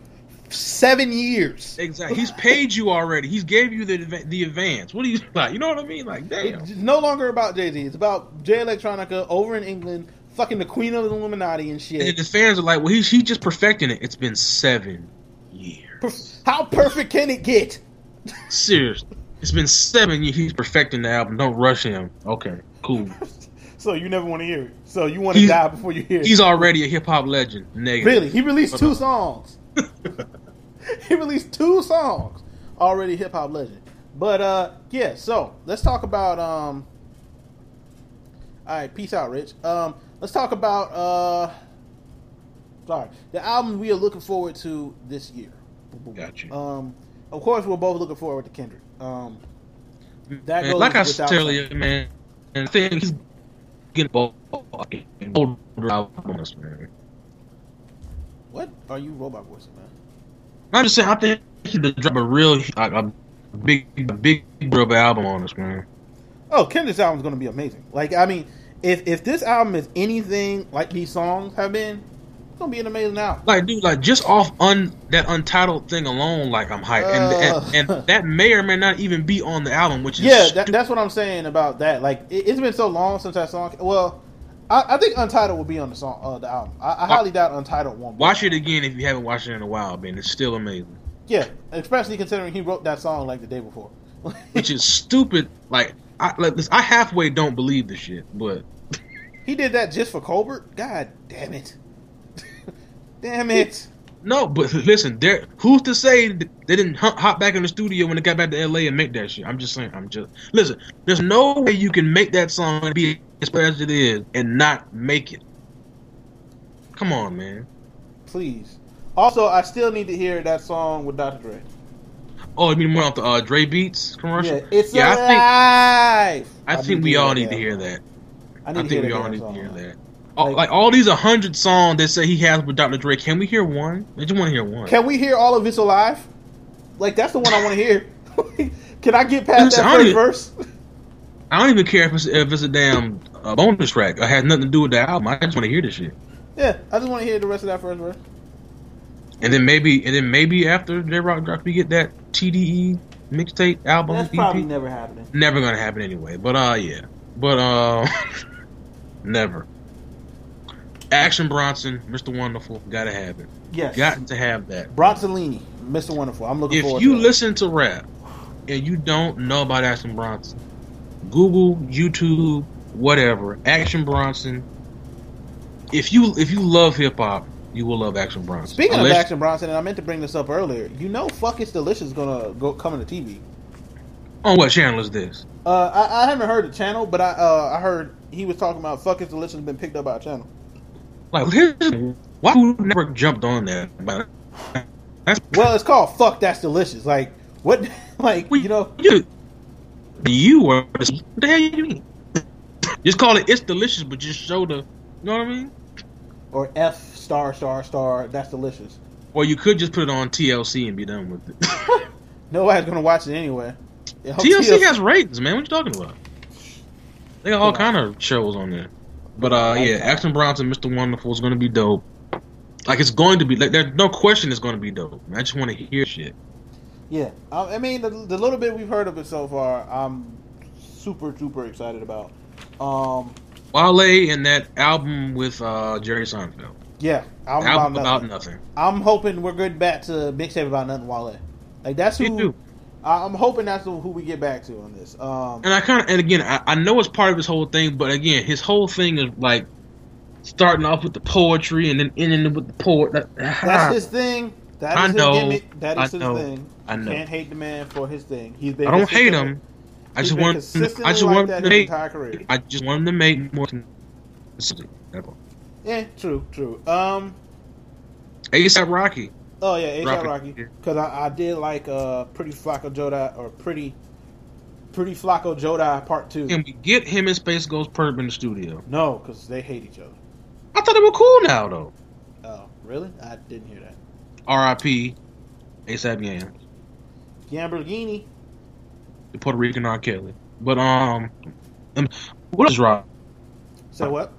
seven years.
Exactly. He's paid you already. He's gave you the adva- the advance. What do you like? You know what I mean? Like, damn.
It's no longer about Jay Z. It's about Jay Electronica over in England, fucking the Queen of the Illuminati and shit.
And the fans are like, well, he's he just perfecting it. It's been seven years.
Perf- How perfect can it get?
Seriously, it's been seven years. He's perfecting the album. Don't rush him. Okay, cool.
So you never want to hear it. So you want to
He's-
die before you hear it.
He's already a hip hop legend. Negative.
Really, he released two songs. he released two songs. Already hip hop legend. But uh yeah, so let's talk about um all right, peace out, Rich. Um let's talk about uh sorry, the album we are looking forward to this year.
Got you.
Um of course we're both looking forward to Kendrick. Um that
Man,
goes
like I
without
said earlier, man. And I think he's getting old- older albums, man.
what are you robot voicing, man?
I'm just saying. I think he could drop a real like a big, a big, big album on us, man.
Oh, Kendrick's album's gonna be amazing. Like, I mean, if if this album is anything like these songs have been, it's gonna be an amazing album.
like dude like just off un that untitled thing alone like i'm hyped
Ugh.
and, and and that may or may not even be on the album which is
Uh. Yeah, that,
stu-
that's what I'm saying about that. Like, it, it's been so long since that song. Well, I, I think Untitled will be on the song, uh, the album. I, I highly doubt Untitled won't. be.
watch it again if you haven't watched it in a while man it's still amazing
Yeah, especially considering he wrote that song like the day before.
which is stupid like i like this i halfway don't believe the shit but
he did that just for Colbert. God damn it! damn it!
no but listen there who's to say that they didn't hop, hop back in the studio when they got back to la and make that shit i'm just saying i'm just listen there's no way you can make that song and be as bad as it is and not make it come on man
Please. Also, I still need to hear that song with Dr. Dre.
Oh, you mean more off the uh, Dre Beats commercial?
Yeah, it's
yeah. I
alive.
think I think we all need to hear that.
I,
I
need
think
to
we
hear
all
that
need to
song.
hear that. All-
Like-
Like all these hundred songs that say he has with Dr. Dre, can we hear one? I just want to hear one.
Can we hear all of this alive? Like that's the one I want to hear. Can I get past
Listen,
that
I
first
don't
verse?
I don't even care if it's, if it's a damn uh, bonus track. It has nothing to do with the album. I just want to hear this shit.
yeah, I just want to hear the rest of that first verse.
And then maybe, and then maybe after J Rock drops, we get that TDE mixtape album.
That's
EP.
probably never happening.
never gonna happen anyway. But uh, yeah. But uh, never. Action Bronson, Mr. Wonderful, gotta have it.
Yes,
Got to have that.
Bronzolini, Mr. Wonderful. I'm looking
If
forward.
you
to it.
listen to rap and you don't know about Action Bronson, Google, YouTube, whatever, Action Bronson. If you if you love hip hop, you will love Action Bronson.
Speaking
Unless-
of Action Bronson, and I meant to bring this up earlier. You know, fuck it's delicious is gonna go coming to TV.
on what channel is this?
Uh, I, I haven't heard the channel, but I uh, I heard he was talking about fuck it's delicious been picked up by a channel.
Like, why Food Network jumped on that? But that's
Well, it's called "Fuck That's Delicious." Like what? Like you know?
you. You are what the hell you mean? Just call it. It's delicious, but just show the. You know what I mean?
Or F star star star. That's delicious.
Or you could just put it on TLC and be done with it.
Nobody's gonna watch it anyway. I hope
TLC has ratings, man. What you talking about? They got all kind of shows on there. But uh, yeah, Action Bronson, Mr. Wonderful is going to be dope. Like it's going to be. Like there's no question it's going to be dope. I just want to hear shit.
Yeah, I, I mean the, the little bit we've heard of it so far, I'm super duper excited about. Um,
Wale and that album with uh, Jerry Seinfeld.
yeah, I'm
album
about nothing.
about nothing.
I'm hoping we're good back to mixtape about nothing Wale. Like that's
Me
who
too.
I, I'm hoping that's who we get back to on this. Um,
And I kind of and again I, I know it's part of his whole thing, but again his whole thing is like starting off with the poetry and then ending it with the poet. That-
that's his thing. That is
I
his
know.
gimmick. That
I
is his
know.
thing.
I know.
Can't hate the man for his thing. He's been
I don't hate
consistent-
him. I
he's
just
been
want
consistently
I just
like
want
that his
him to make
entire career.
I just want him to make more. consistent. That's all.
Yeah, true, true. Um,
ASAP Rocky.
Oh yeah, ASAP
Rocky.
Rocky.
Yeah.
Because I, I did like uh Pretty Flocko Jodai or Pretty Pretty Flocko Jodai Part Two.
Can we get him and Space Ghost Perp in the studio?
No, because they hate each other.
I thought they were cool now though.
Oh, really? I didn't hear that.
R.I.P. ASAP Yams.
Gambergini.
the Puerto Rican R. Kelly. But um, um, what else drop?
Say what?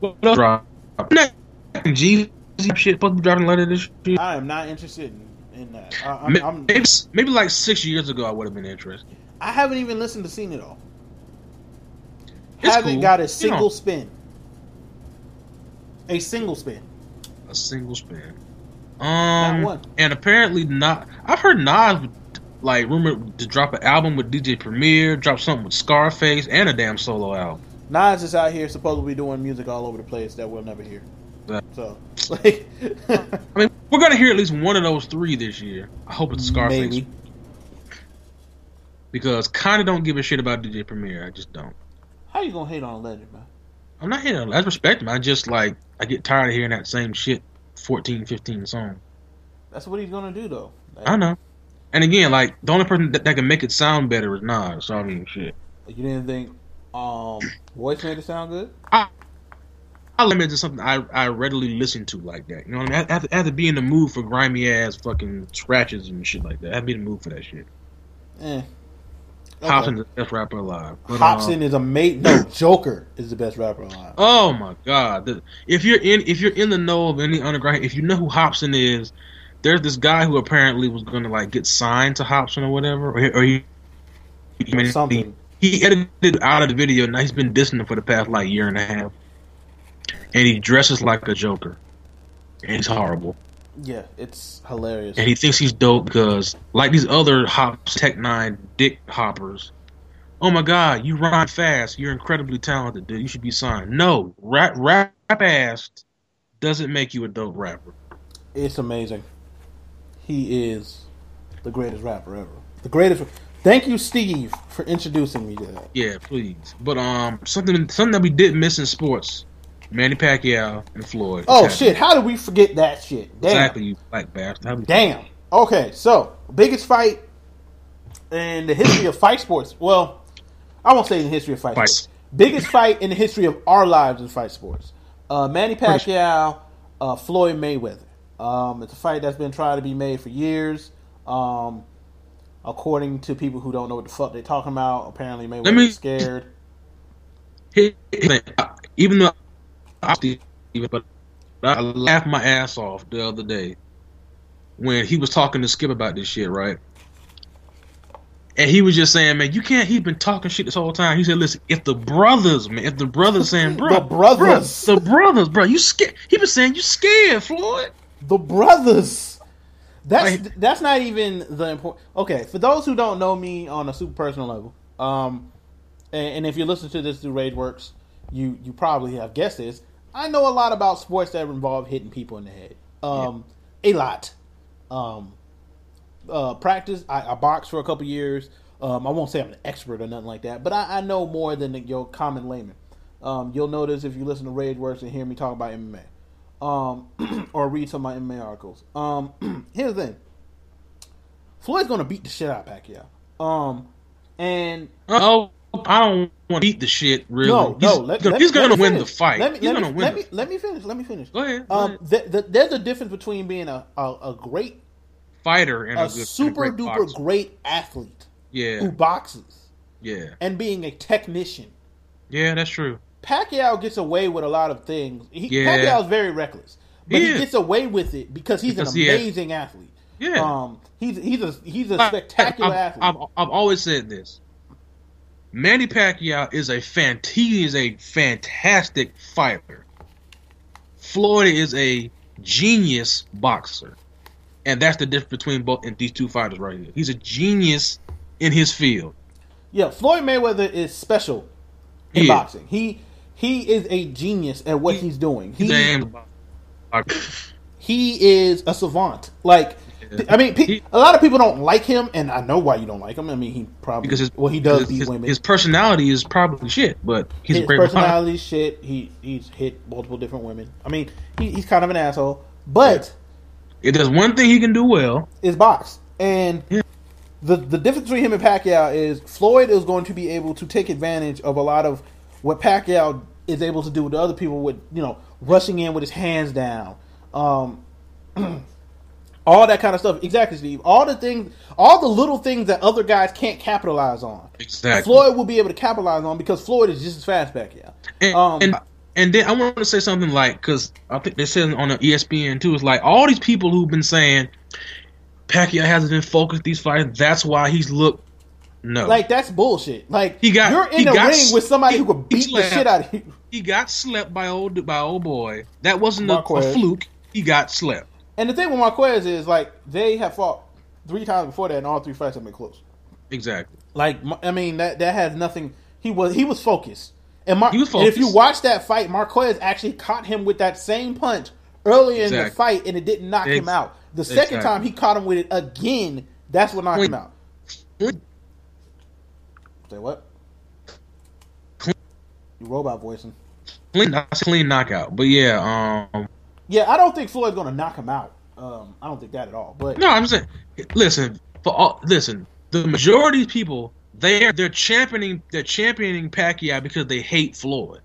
What else drop? Jeezy shit supposed to be dropping later this year.
I am not interested in, in that. I, I'm,
Maybe,
I'm,
maybe like six years ago, I would have been interested.
I haven't even listened to seen it all.
It's
haven't
cool.
got
You
a single
know,
spin. A single spin.
a single spin. Um,
one.
and apparently not. I've heard Nas like rumored to drop an album with DJ Premier, drop something with Scarface, and a damn solo album.
Nas is out here supposedly doing music all over the place that we'll never hear.
Yeah.
So, like,
I mean, we're gonna hear at least one of those three this year. I hope it's Scarface
maybe.
because kind of don't give a shit about DJ Premier. I just don't.
How you gonna hate on a legend, man?
I'm not hating. on it. I respect him. I just like I get tired of hearing that same shit 14, 15 song.
That's what he's gonna do though. Like,
I know. And again, like the only person that, that can make it sound better is Nas. So I mean, shit.
You didn't think um voice made it sound good?
I limit to something I, I readily listen to like that. You know what I mean? I, I, have to, I have to be in the mood for grimy ass fucking scratches and shit like that. I have to be in the mood for that shit.
Eh.
Hobson is the best rapper alive. But, um,
Hobson is a mate. No, Joker is the best rapper alive.
Oh my god! The- If you're in, if you're in the know of any underground, if you know who Hobson is, there's this guy who apparently was going to like get signed to Hobson or whatever, or, he- or he, he-
Or something.
he edited out of the video. Now he's been dissing him for the past like year and a half, and he dresses like a Joker, and he's horrible,
Yeah, it's hilarious.
and he thinks he's dope because like these other Hops Tech Nine dick hoppers. Oh my god, you rhyme fast. You're incredibly talented, dude. You should be signed. No, rap rap ass doesn't make you a dope rapper.
It's amazing. He is the greatest rapper ever. The greatest. Thank you, Steve, for introducing me to that.
Yeah, please. But um, something something that we did miss in sports, Manny Pacquiao and Floyd.
Oh
Exactly.
shit! How did we forget that shit? Damn.
Exactly, you black bastard. How we-
Damn. Okay, so biggest fight in the history of fight sports. Well, I won't say in the history of fight
Fight.
sports. Biggest fight in the history of our lives in fight sports. Uh, Manny Pacquiao, uh, Floyd Mayweather. Um, it's a fight that's been trying to be made for years. Um, according to people who don't know what the fuck they're talking about, apparently Mayweather's
me-
scared.
Here's the thing. I- even though I even but I laughed my ass off the other day when he was talking to Skip about this shit, right? And he was just saying, man, you can't. He's been talking shit this whole time. He said, listen, if the brothers, man, if the brothers saying, bro,
The brothers.
bruh, the brothers, bro, you scared. He was saying, you scared, Floyd.
The brothers. That's
Like-
that's not even the important. Okay, for those who don't know me on a super personal level, um, and, and if you listen to this through RageWorks, you you probably have guessed this. I know a lot about sports that involve hitting people in the head. Um, a lot. Um, uh, practice. I, I boxed for a couple years. Um, I won't say I'm an expert or nothing like that, but I, I know more than the, your common layman. Um, you'll notice if you listen to Rage Works and hear me talk about MMA. um, or read some of my MMA articles. Um, here's the thing: Floyd's gonna beat the shit out of Pacquiao. Um, and
Oh, I don't want to beat the shit. Really,
no,
he's,
no, let,
gonna,
let-
he's
let
gonna
me
win
finish.
the fight.
Let me,
he's
let
gonna
me,
win.
Let
the-
me, let me finish. Let me finish.
Go ahead, go
Um,
ahead.
th- th- there's a difference between being a, a, a great,
fighter and a,
a
good,
super
and a great
duper
boxer.
great athlete
Yeah,
who boxes
yeah,
and being a technician.
yeah. That's true.
Pacquiao gets away with a lot of things. He,
Yeah.
Pacquiao's very reckless, but
He
he
is.
gets away with it because he's
Because
an
he has-
amazing athlete.
Yeah. Uh,
Um, he's he's a he's a
I-
spectacular
I've,
athlete.
I've, I've always said this. Manny Pacquiao is a fan. He is a fantastic fighter. Floyd is a genius boxer, and that's the difference between both and these two fighters right here. He's a genius in his field.
yeah, Floyd Mayweather is special in
He is.
boxing. He he is a genius at what he's doing. He
He's damn.
he is a savant. Like
Yeah.
I mean, pe-
He-
a lot of people don't like him, and I know why you don't like him. I mean, he probably
Because his,
well he does
his,
beat
his,
women.
his personality is probably shit, but he's a
his
great fighter.
personality shit. He he's hit multiple different women. I mean, he, he's kind of an asshole, but
If there's one thing he can do well,
is box. And
Yeah.
the the difference between him and Pacquiao is Floyd is going to be able to take advantage of a lot of what Pacquiao is able to do to other people with you know rushing in with his hands down, um, all that kind of stuff. Exactly, Steve. All the things, all the little things that other guys can't capitalize on.
exactly.
Floyd will be able to capitalize on because Floyd is just as fast as Pacquiao.
And,
Um,
and and then I want to say something like because I think they said on the E ESPN too. It's like all these people who've been saying Pacquiao hasn't been focused these fights. That's why he's looked no.
Like that's bullshit. Like
He got-
you're in
he
the
got
ring with somebody who could beat the
slapped.
shit out of you.
he got slept by old by old boy. That wasn't a, a
Marquez.
fluke. He got slept.
And the thing with Marquez is like they have fought three times before that, and all three fights have been close.
Exactly.
Like Ma- I mean, that that has nothing. He was he was focused, and, Mar-
He was
and if you
focused.
watch that fight, Marquez actually caught him with that same punch early in the
Exactly.
fight, and it didn't knock him
Ex-
out. The second
exactly.
time he caught him with it again, that's what knocked him
Wait.
out. Say what?
Clean.
You robot voicing.
Clean, that's a clean knockout. But yeah, um,
Yeah, I don't think Floyd's gonna knock him out. Um, I don't think that at all. But
No, I'm saying, listen, for all, listen, the majority of people they're they're championing they're championing Pacquiao because they hate Floyd.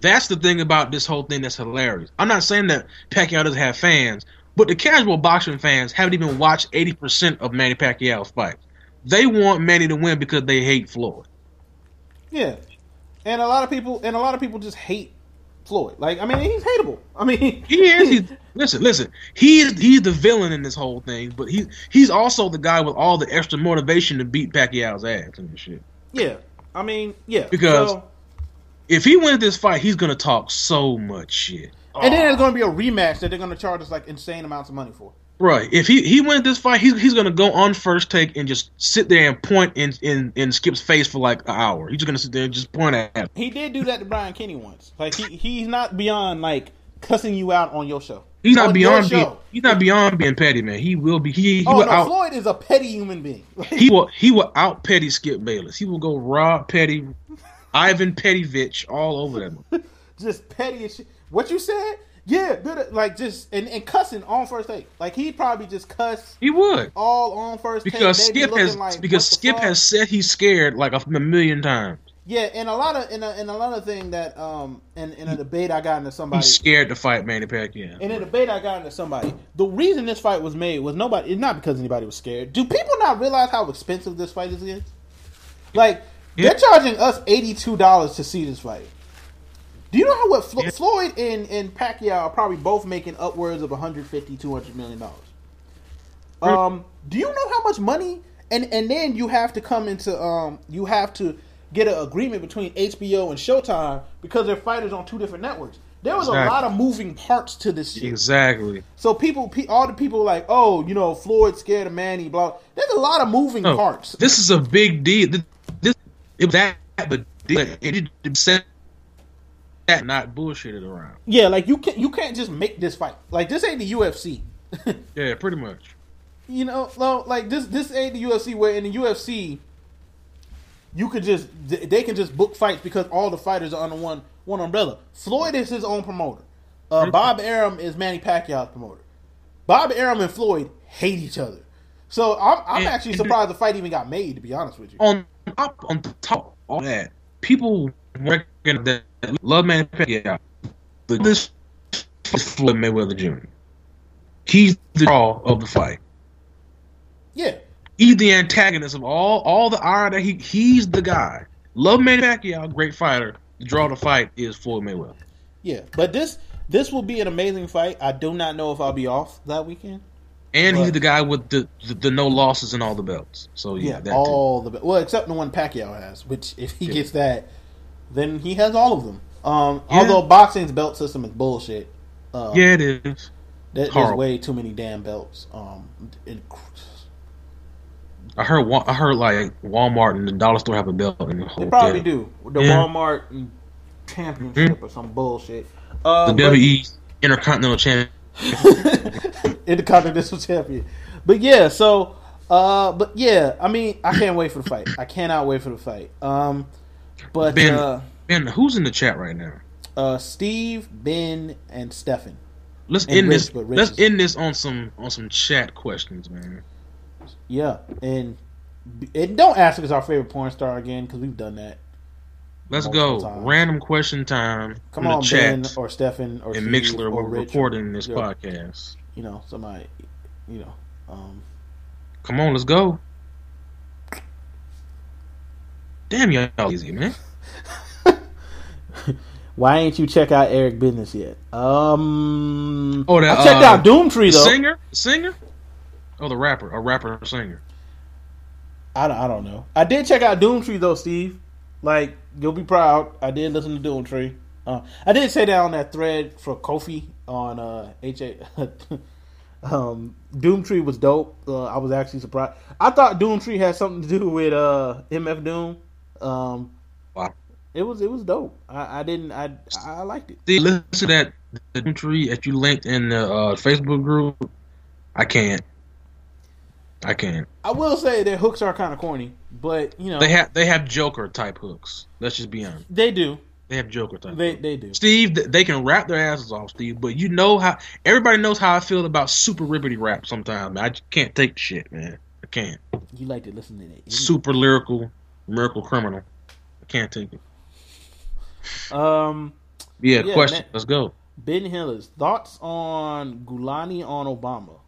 That's the thing about this whole thing that's hilarious. I'm not saying that Pacquiao doesn't have fans, but the casual boxing fans haven't even watched 80% of Manny Pacquiao's fights. They want Manny to win because they hate Floyd.
Yeah, and a lot of people and a lot of people just hate Floyd. Like, I mean, he's hateable. I mean,
He is. He's, listen, listen. He is. He's the villain in this whole thing, but he he's also the guy with all the extra motivation to beat Pacquiao's ass and shit.
yeah. I mean, yeah.
Because-
so-
if he wins this fight, he's gonna talk so much shit.
and then there's going to be a rematch that they're going to charge us like insane amounts of money for.
Right. If he, he wins this fight, he's he's gonna go on first take and just sit there and point in in, in Skip's face for like an hour. He's just gonna sit there and just point at him.
He did do that to Brian Kenny once. Like, he, he's not beyond like cussing you out on your show.
He's
On
not beyond
your
being, he's not beyond being petty, man. He will be he, he
Oh
will
no,
out
Floyd is a petty human being.
he will he will out petty Skip Bayless. He will go Rob Petty, Ivan Pettyvich all over them.
just petty as shit. What you said? Yeah, bit of- like just and, and cussing on first take. Like he probably just cuss
He would.
all on first take.
Because
they be
Skip
looking
has
like,
because
what the
Skip
fuck?
has said he's scared like a, a million times.
Yeah, and a lot of and a, and another thing that um and in a debate I got into somebody
He's scared to fight Manny Pacquiao.
in a debate I got into somebody. The reason this fight was made was nobody it's not because anybody was scared. Do people not realize how expensive this fight is again? Like
Yeah.
they're charging us eighty two dollars to see this fight. Do you know how what Flo-
Yeah.
Floyd and and Pacquiao are probably both making upwards of 150 200 million dollars. Um, do you know how much money? And and then you have to come into um, you have to get an agreement between HBO and Showtime because they're fighters on two different networks. There was a
Exactly.
lot of moving parts to this shit.
Exactly.
So people, pe- all the people like, oh, you know, Floyd scared of Manny. Blah. There's a lot of moving
No,
parts.
This is a big deal. Th- This it was that but it did it said that not bullshitted around.
yeah, like you can't you can't just make this fight. Like this ain't the UFC.
Yeah, pretty much.
you know, no, like this this ain't the UFC where in the UFC you could just th- they can just book fights because all the fighters are under one one umbrella. Floyd is his own promoter. Uh, Bob Arum is Manny Pacquiao's promoter. Bob Arum and Floyd hate each other. So I'm, I'm
And-
actually
and-
surprised the fight even got made, to be honest with you.
on top on top of all that, people recognize that Love Man Pacquiao, the- this is Floyd Mayweather Jr. He's the draw of the fight.
Yeah.
He's the antagonist of all all the iron that he he's the guy. Love Man Pacquiao, great fighter. The draw of the fight is Floyd Mayweather.
Yeah. But this this will be an amazing fight. I do not know if I'll be off that weekend.
And he's
Right.
the guy with the, the, the no losses and all the belts. So yeah,
Yeah,
that too.
all the well, except the one Pacquiao has. Which, if he gets that, then he has all of them. Um,
Yeah.
Although boxing's belt system is bullshit. Um,
Yeah, it is.
there- there's
horrible.
way too many damn belts. Um, and
I heard Wa- I heard like Walmart and the dollar store have a belt. In the
they
whole
probably
deal.
do the
Yeah.
Walmart championship or some bullshit. Uh,
The
but-
WE Intercontinental Champion.
Intercontinental Champion. But yeah, so uh but yeah, I mean, I can't wait for the fight. I cannot wait for the fight. Um but
Ben,
uh
Ben, who's in the chat right now?
uh Steve, Ben and Stefan.
Let's
And
end
Rich,
this.
but Rich
Let's
is-
end this on some on some chat questions, man.
Yeah, and and don't ask us our favorite porn star again cuz we've done that.
Let's
Multiple
go.
times.
Random question time.
Come
in the
on,
chat
Ben or Stefan or
and
Steve
Mixler.
or
We're
Rich,
recording this
yeah,
podcast.
You know, somebody you know, um
Come on, let's go. Damn y'all easy, man.
why ain't you check out Eric Business yet? Um
Oh, that,
I checked
uh,
out Doomtree
The
though.
singer, singer. Oh, the rapper, a rapper, singer.
I don't, I don't know. I did check out Doomtree though, Steve. Like you'll be proud. I did listen to Doomtree. Uh, I did say that on that thread for Kofi on uh, HA. um, Doomtree was dope. Uh, I was actually surprised. I thought Doomtree had something to do with uh, MF Doom. Um,
Wow.
it was it was dope. I, I didn't. I I liked it.
See, listen to that the entry that you linked in the uh, Facebook group. I can't. I can't.
I will say their hooks are kind of corny, but you know
They have they have Joker type hooks. Let's just be honest.
they do.
They have Joker type.
They
hooks.
they do.
Steve, th- they can rap their asses off, Steve. But you know how everybody knows how I feel about super ribbity rap. Sometimes man. I just can't take the shit, man. I can't.
You like to listen to that.
Super lyrical, miracle criminal. I can't take it.
Um.
Yeah,
Yeah,
question.
man.
Let's go.
Ben Hillis, thoughts on Gulani on Obama?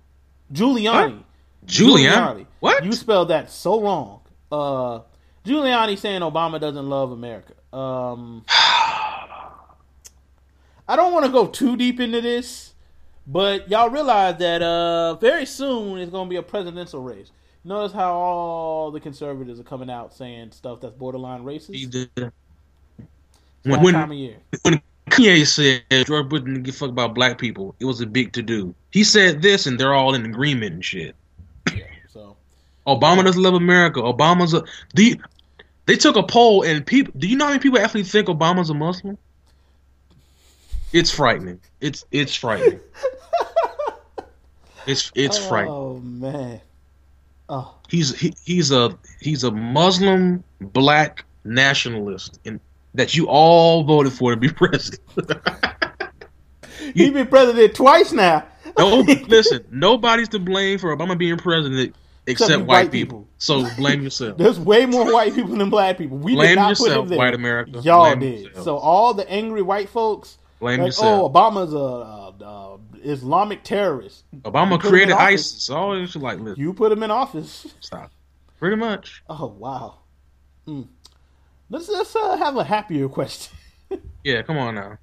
Giuliani.
Julian. What?
You spelled that so wrong. Uh, Giuliani saying Obama doesn't love America. Um, I don't want to go too deep into this, but y'all realize that uh, very soon it's going to be a presidential race. Notice how all the conservatives are coming out saying stuff that's borderline racist.
Steve,
That
when, when,
time of year.
when Kanye said George Bush didn't give a fuck about black people, it was a big to do. He said this, and they're all in agreement and shit.
So,
Obama doesn't love America. Obama's a the. They took a poll, and people. Do you know how many people actually think Obama's a Muslim? It's frightening. It's it's frightening. it's it's frightening.
oh man, oh
He's he, he's a he's a Muslim black nationalist, and that you all voted for to be president.
He's been president twice now.
No, listen. Nobody's to blame for Obama being president except,
Except
white,
white
people.
people.
So blame yourself.
There's way more white people than black people. We did
Blame
not put
yourself,
him there.
white America.
Y'all
Blame
did.
yourself.
So all the angry white folks,
blame
like,
yourself.
oh, Obama's a uh, uh, Islamic terrorist.
Obama
put him
created
in office.
ISIS. All this shit like listen,
You put him in office.
stop. Pretty much.
Oh wow. Mm. Let's let's uh, have a happier question.
Yeah, come on now.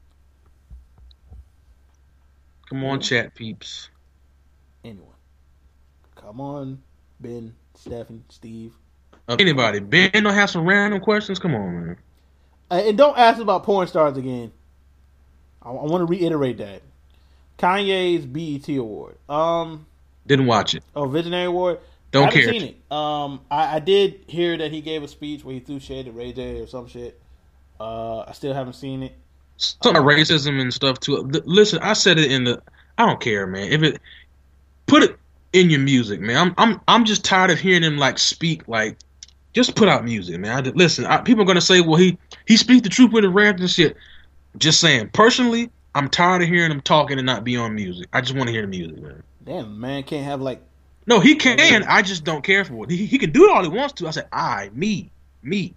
Come on, chat peeps.
Anyone, come on, Ben, Stephen, Steve,
Of anybody, Ben don't have some random questions. Come on, man.
Uh, and don't ask about porn stars again. I, want to reiterate that Kanye's BET award. Um.
Didn't watch it.
Oh, Visionary Award.
Don't
I haven't
care.
Seen it. Um, I, I did hear that he gave a speech where he threw shade at Ray J or some shit. Uh, I still haven't seen it.
Something about racism and stuff too. Th- Listen, I said it in the. I don't care, man. If it put it in your music, man. I'm I'm I'm just tired of hearing him like speak like. Just put out music, man. I, did- listen, I, people are gonna say, "Well, he he speaks the truth with the rant and shit." Just saying, personally, I'm tired of hearing him talking and not be on music. I just want to hear the music, man.
Damn, man can't have like
No, he can. I just don't care for it. He, he can do it all he wants to. I said, I, me, me.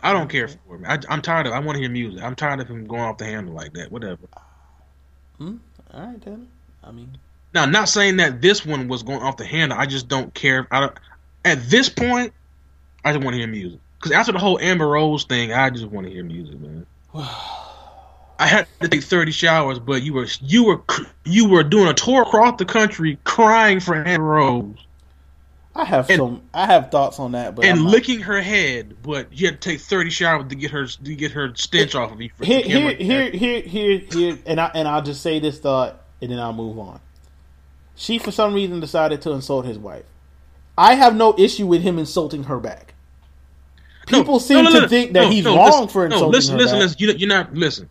I don't care for him. I, I'm tired of. I want to hear music. I'm tired of him going off the handle like that. Whatever.
Hmm? All right, then. I mean,
Now, not saying that this one was going off the handle. I just don't care. I don't, at this point, I just want to hear music. Because after the whole Amber Rose thing, I just want to hear music, man. I had to take thirty showers, but you were you were cr- you were doing a tour across the country, crying for Amber Rose
I have
And-
some. I have thoughts on that, but
and
I'm not-
licking her head, but you had to take thirty showers to get her to get her stench off of you. for
here,
the camera.
here, here, here, here, here, and I and I'll just say this thought, and then I'll move on. She, for some reason, decided to insult his wife. I have no issue with him insulting her back.
No,
People seem
no, no,
to
no,
think that
no,
he's
no,
wrong
listen,
for
No,
insulting
listen,
her
listen,
back.
listen. You, you're not listen.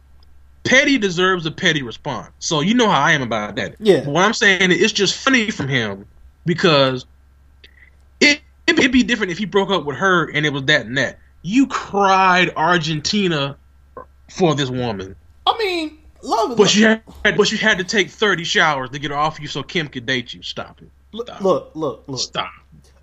Petty deserves a petty response. So you know how I am about that.
Yeah.
But what I'm saying is, it's just funny from him because it it- it'd be different if he broke up with her and it was that and that. You cried Argentina for this woman,
I mean, love. is
but you had but you had to take thirty showers to get her off you so Kim could date you. Stop it.
look, look, look, look.
Stop.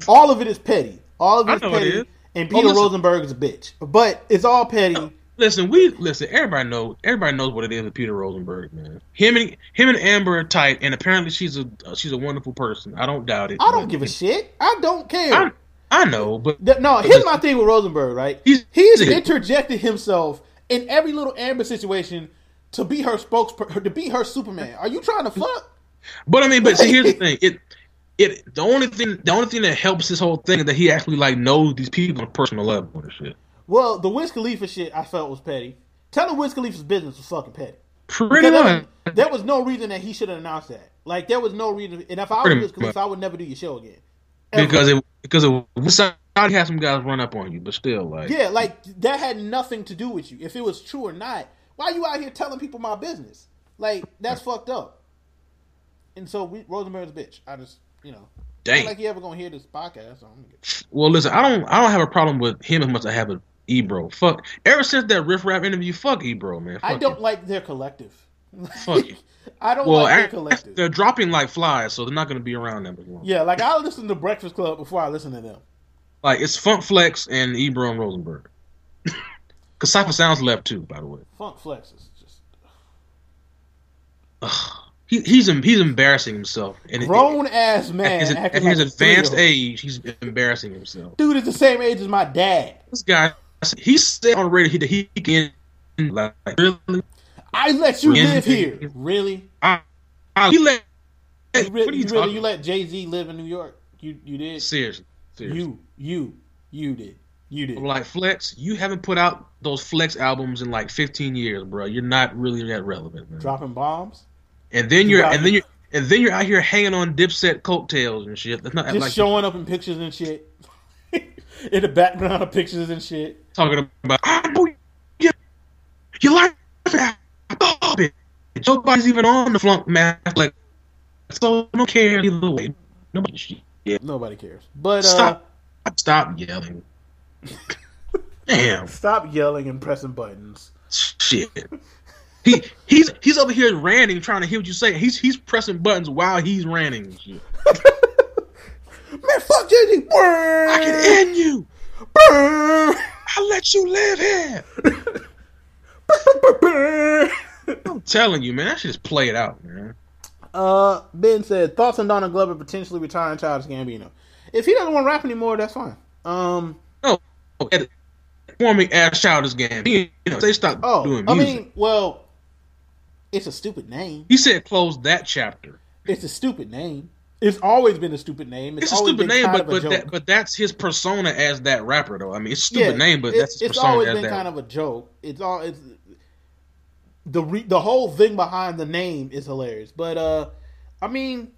All of it is petty. All of
I
it is
know it
petty.
is.
And
Well,
Peter
listen.
Rosenberg is a bitch, but it's all petty.
Listen, we listen. Everybody knows. Everybody knows what it is with Peter Rosenberg, man. Him and him and Amber are tight, and apparently she's a uh, she's a wonderful person. I don't doubt it.
I don't
but-
give a shit. I don't care.
I, I know, but
Th- no, here's my thing with Rosenberg, right?
He's-
he's interjected himself in every little Amber situation to be her spokesperson, to be her Superman. Are you trying to fuck?
but I mean, but see, here's the thing. It it the only thing the only thing that helps this whole thing is that he actually like knows these people on a personal level and shit.
Well, the Wiz Khalifa shit I felt was petty. Telling Wiz Khalifa's business was fucking petty.
Pretty much.
There- There was no reason that he should have announced that. Like there was no reason. And if I was
Pretty
Wiz Khalifa,
much.
I would never do your show again. Ever.
because it because it Saudi had some guys run up on you, but still, like
yeah, like that had nothing to do with you. If it was true or not, why you out here telling people my business? Like that's fucked up. And so we, Rosenberg's a bitch. I just you know.
dang.
Like you ever gonna hear this podcast? So I'm gonna get...
Well, listen, I don't, I don't have a problem with him as much as I have with Ebro. Fuck, ever since that riff rap interview, fuck Ebro, man. Fuck
I don't
him.
like their collective.
Fuck you.
I don't
Well,
like their
act-
collective.
they're dropping like flies, so they're not going to be around that much longer.
Yeah, like I listen to Breakfast Club before I listen to them.
Like it's Funk Flex and Ebro and Rosenberg. Cause Cypher Sounds left too, by the way.
Funk Flex is just
He, he's em- he's embarrassing himself. And it-
grown ass man
at his, at
acting
his
like a
advanced
three-year-old.
age, he's embarrassing himself.
Dude is the same age as my dad.
This guy, he said on radio that he can like really.
I let you
Really?
live here. Really?
I, I, he let.
You,
what are
really,
you
you,
talking?
really, you let Jay Z live in New York? You you did?
Seriously. Seriously.
You you you did? You did?
I'm like Flex, you haven't put out those Flex albums in like 15 years, bro. You're not really that relevant, man.
Dropping bombs?
And then you're
Drop.
and then you are and then you're out here hanging on Dipset coattails and shit. That's not
Just
like
showing up in pictures and shit. in the background of pictures and shit.
talking about. Ah, boy, yeah, you like garbage. Nobody's even on the flunk map. Like, so I don't care either way. Nobody. Yeah.
Nobody cares. But uh,
Stop. Stop yelling. Damn.
Stop yelling and pressing buttons.
shit. He he's he's over here ranting, trying to hear what you say. He's he's pressing buttons while he's ranting. Shit.
Man, fuck Jay-Z.
I can end you. I let you live here. I'm telling you, man, that shit is played out, man.
Uh, Ben said, thoughts on Donna Glover potentially retiring Childish Gambino. If he doesn't want to rap anymore, that's fine. Um,
No, at performing as Childish Gambino, you know, they stopped
oh,
doing
I
music.
mean, well, it's a stupid name.
he said close that chapter.
It's a stupid name. It's always been a stupid name. It's,
It's a
always
stupid
been
name,
kind
but
of a
but
joke.
that, but that's his persona as that rapper, though. I mean, it's a stupid name, but
it-
that's his
it's
persona
always
as
been
that.
kind of a joke. It's all it's the re, the whole thing behind the name is hilarious. But uh, I mean,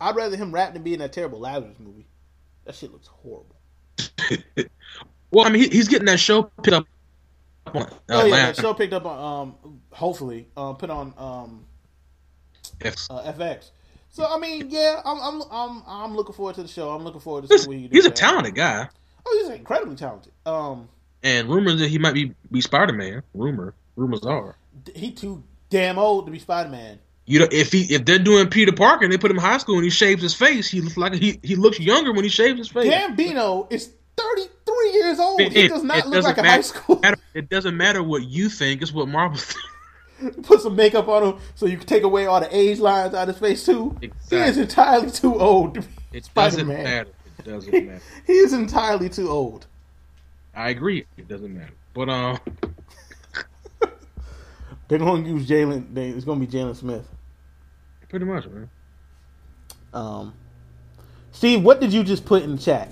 I'd rather him rap than be in that terrible Lazarus movie. That shit looks horrible.
well, I mean, he, he's getting that show picked up. On Atlanta.
Oh yeah, that show picked up on um, hopefully uh, put on um uh, FX. So I mean, yeah, I'm I'm I'm I'm looking forward to the show. I'm looking forward to
He's,
see what he do.
he's a
man.
talented guy,
Oh, he's incredibly talented. Um,
and rumors that he might be be Spider Man. Rumor, rumors are
He too damn old to be Spider Man.
you know if he if they're doing Peter Parker and they put him in high school and he shaves his face, he looks like he he looks younger when he shaves his face.
Gambino is 33 years old. He does not look
doesn't
like a
matter-
high school.
matter- it doesn't matter what you think; it's what Marvel. Thinks.
Put some makeup on him so you can take away all the age lines out of his face too. He is
Exactly.
entirely too old to be
It
Spider
doesn't
Man.
matter. It doesn't matter.
He is entirely too old.
I agree. It doesn't matter. But um,
They're going to use Jalen. they- It's going to be Jalen Smith.
pretty much, man.
Um, Steve, what did you just put in the chat?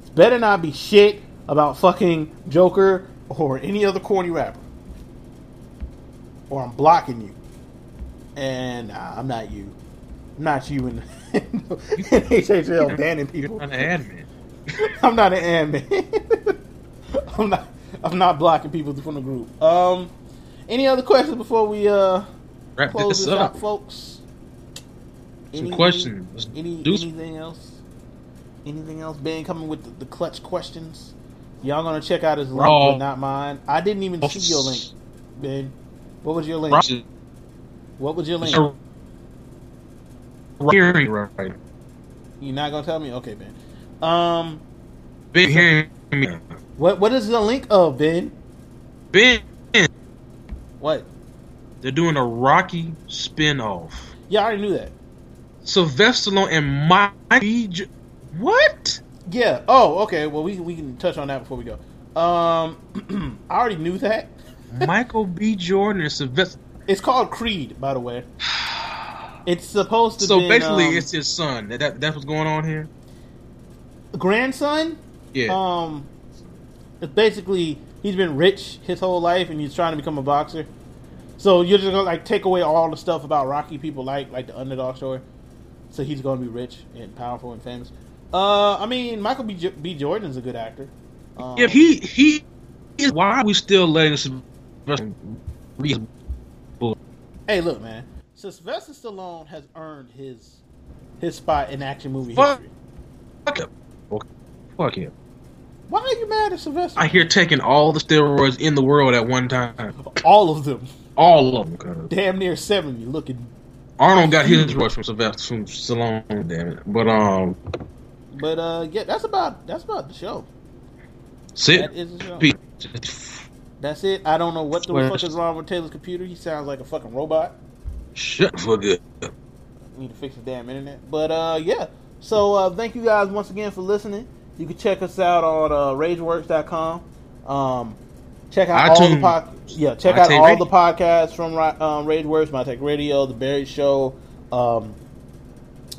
It's better not be shit about fucking Joker or any other corny rapper. Or I'm blocking you. And nah, I'm not you. I'm not you in, in HHL banning people.
You're not an admin.
I'm not an ad man. I'm not. I'm not blocking people from the group. Um, any other questions before we uh
Wrap
close
this
this
up.
out, folks?
Some questions.
Any
Do some-
anything else? Anything else? Ben coming with the, the clutch questions. Y'all gonna check out his link,
Raw.
but not mine. I didn't even
Raw.
see your link, Ben. What was your link?
Right.
What was your link?
Hearing right.
You're not gonna tell me? Okay, Ben. Um,
Been hearing me.
what what is the link of Ben?
Ben,
What?
they're doing a Rocky spinoff.
Yeah, I already knew that.
Sylvester Stallone and Mikey. J- what?
Yeah. Oh, okay. Well, we we can touch on that before we go. Um, I already knew that.
Michael B. Jordan and Sylvester.
It's called Creed, by the way. It's supposed to
So
be
basically,
um,
it's his son. That, that that's what's going on here.
grandson.
Yeah.
Um, it's basically he's been rich his whole life, and he's trying to become a boxer. So you're just gonna like take away all the stuff about Rocky people like, like the underdog story. So he's gonna be rich and powerful and famous. Uh, I mean, Michael B. J- B. Jordan's a good actor. Um,
if he he is, why are we still letting Sylvester? be-
Hey, look, man. Sylvester Stallone has earned his his spot in action movie
Fuck.
history.
Fuck him. Fuck him.
Why are you mad at Sylvester?
I hear taking all the steroids in the world at one time.
All of them,
All of them. 'cause
damn near seventy, looking.
Arnold got his rush from Sylvester from Stallone, damn it. But um,
But uh, yeah, that's about that's about the show.
sit.
That is the show.
Be- just
That's it. I don't know what the
Swear.
fuck is wrong with Taylor's computer. He sounds like a fucking robot.
Shut for good.
Need to fix the damn internet. But uh, yeah. So uh, thank you guys once again for listening. You can check us out on uh, RageWorks.com. Um, check out all the
iTunes.
pod- yeah, check
My
out
Take
all
Radio.
the podcasts from Ri- um, RageWorks, My Tech Radio, The Buried Show, um,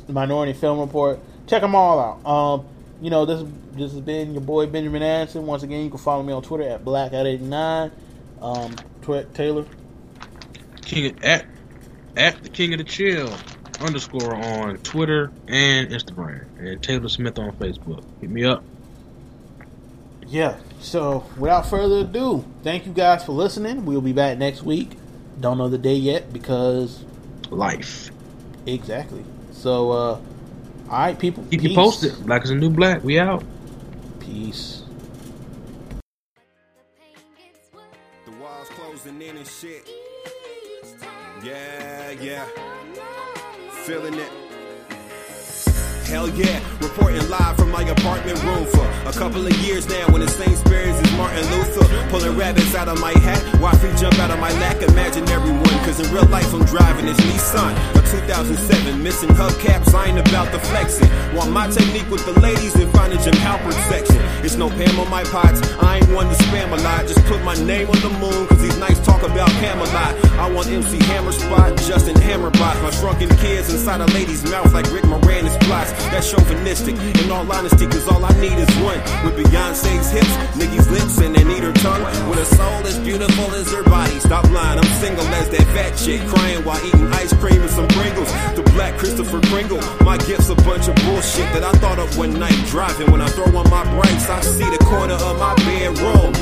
Minority Film Report. Check them all out. Um, you know this this has been your boy Benjamin Anderson. Once again, you can follow me on Twitter at Black at eighty nine. Um, Tw- Taylor.
King of, at at the King of the Chill underscore on Twitter and Instagram and Taylor Smith on Facebook. Hit me up.
Yeah. So without further ado, thank you guys for listening. We'll be back next week. Don't know the day yet because
Life.
exactly. So uh all right, people.
Keep
peace.
you posted. Black is a new black. We out.
Peace.
The walls closing in and shit. Yeah, yeah. Feeling it. Hell yeah, reporting live from my apartment room for a couple of years now. When the same spirits as Martin Luther, pulling rabbits out of my hat, watch me jump out of my lack. Imagine everyone, cause in real life I'm driving this Nissan, a 2007, missing hubcaps. I ain't about the flexing. Want my technique with the ladies and find a Jim Halpert section. It's no Pam on my pots, I ain't one to spam a lot. Just put my name on the moon, cause these nights talk about Camelot. I want MC Hammer Spot, Justin Hammerbot, my shrunken kids inside a lady's mouth like Rick Moranis plots. That's chauvinistic, in all honesty, cause all I need is one. With Beyonce's hips, Nicki's lips, and they need her tongue. With a soul as beautiful as her body. Stop lying, I'm single as that fat chick, crying while eating ice cream and some Pringles. The black Christopher Kringle, my gift's a bunch of bullshit that I thought of one night driving. When I throw on my brights, I see the corner of my bedroom.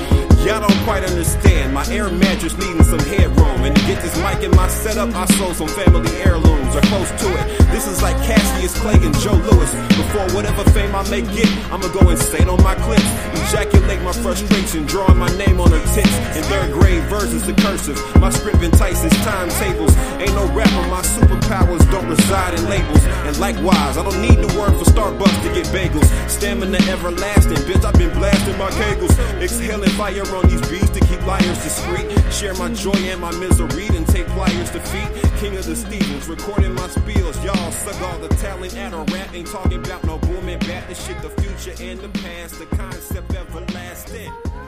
Y'all don't quite understand. My air mattress needing some headroom. And to get this mic in my setup, I sold some family heirlooms or close to it. This is like Cassius Darius Clay and Joe Lewis. Before whatever fame I may get, I'ma go insane on my clips. Ejaculate my frustration, drawing my name on her tits. In third grade verses the cursive. My script entices timetables. Ain't no rapper, my superpowers don't reside in labels. And likewise, I don't need the word for Starbucks to get bagels. Stamina everlasting, bitch, I've been blasting my kegels. Exhaling fire on these beats to keep liars discreet. Share my joy and my misery, then take pliers to feet. King of the Stevens, recording my spiels. Y'all suck all the talent at a rap. Ain't talking about no booming back. This shit, the future and the past, the concept everlasting.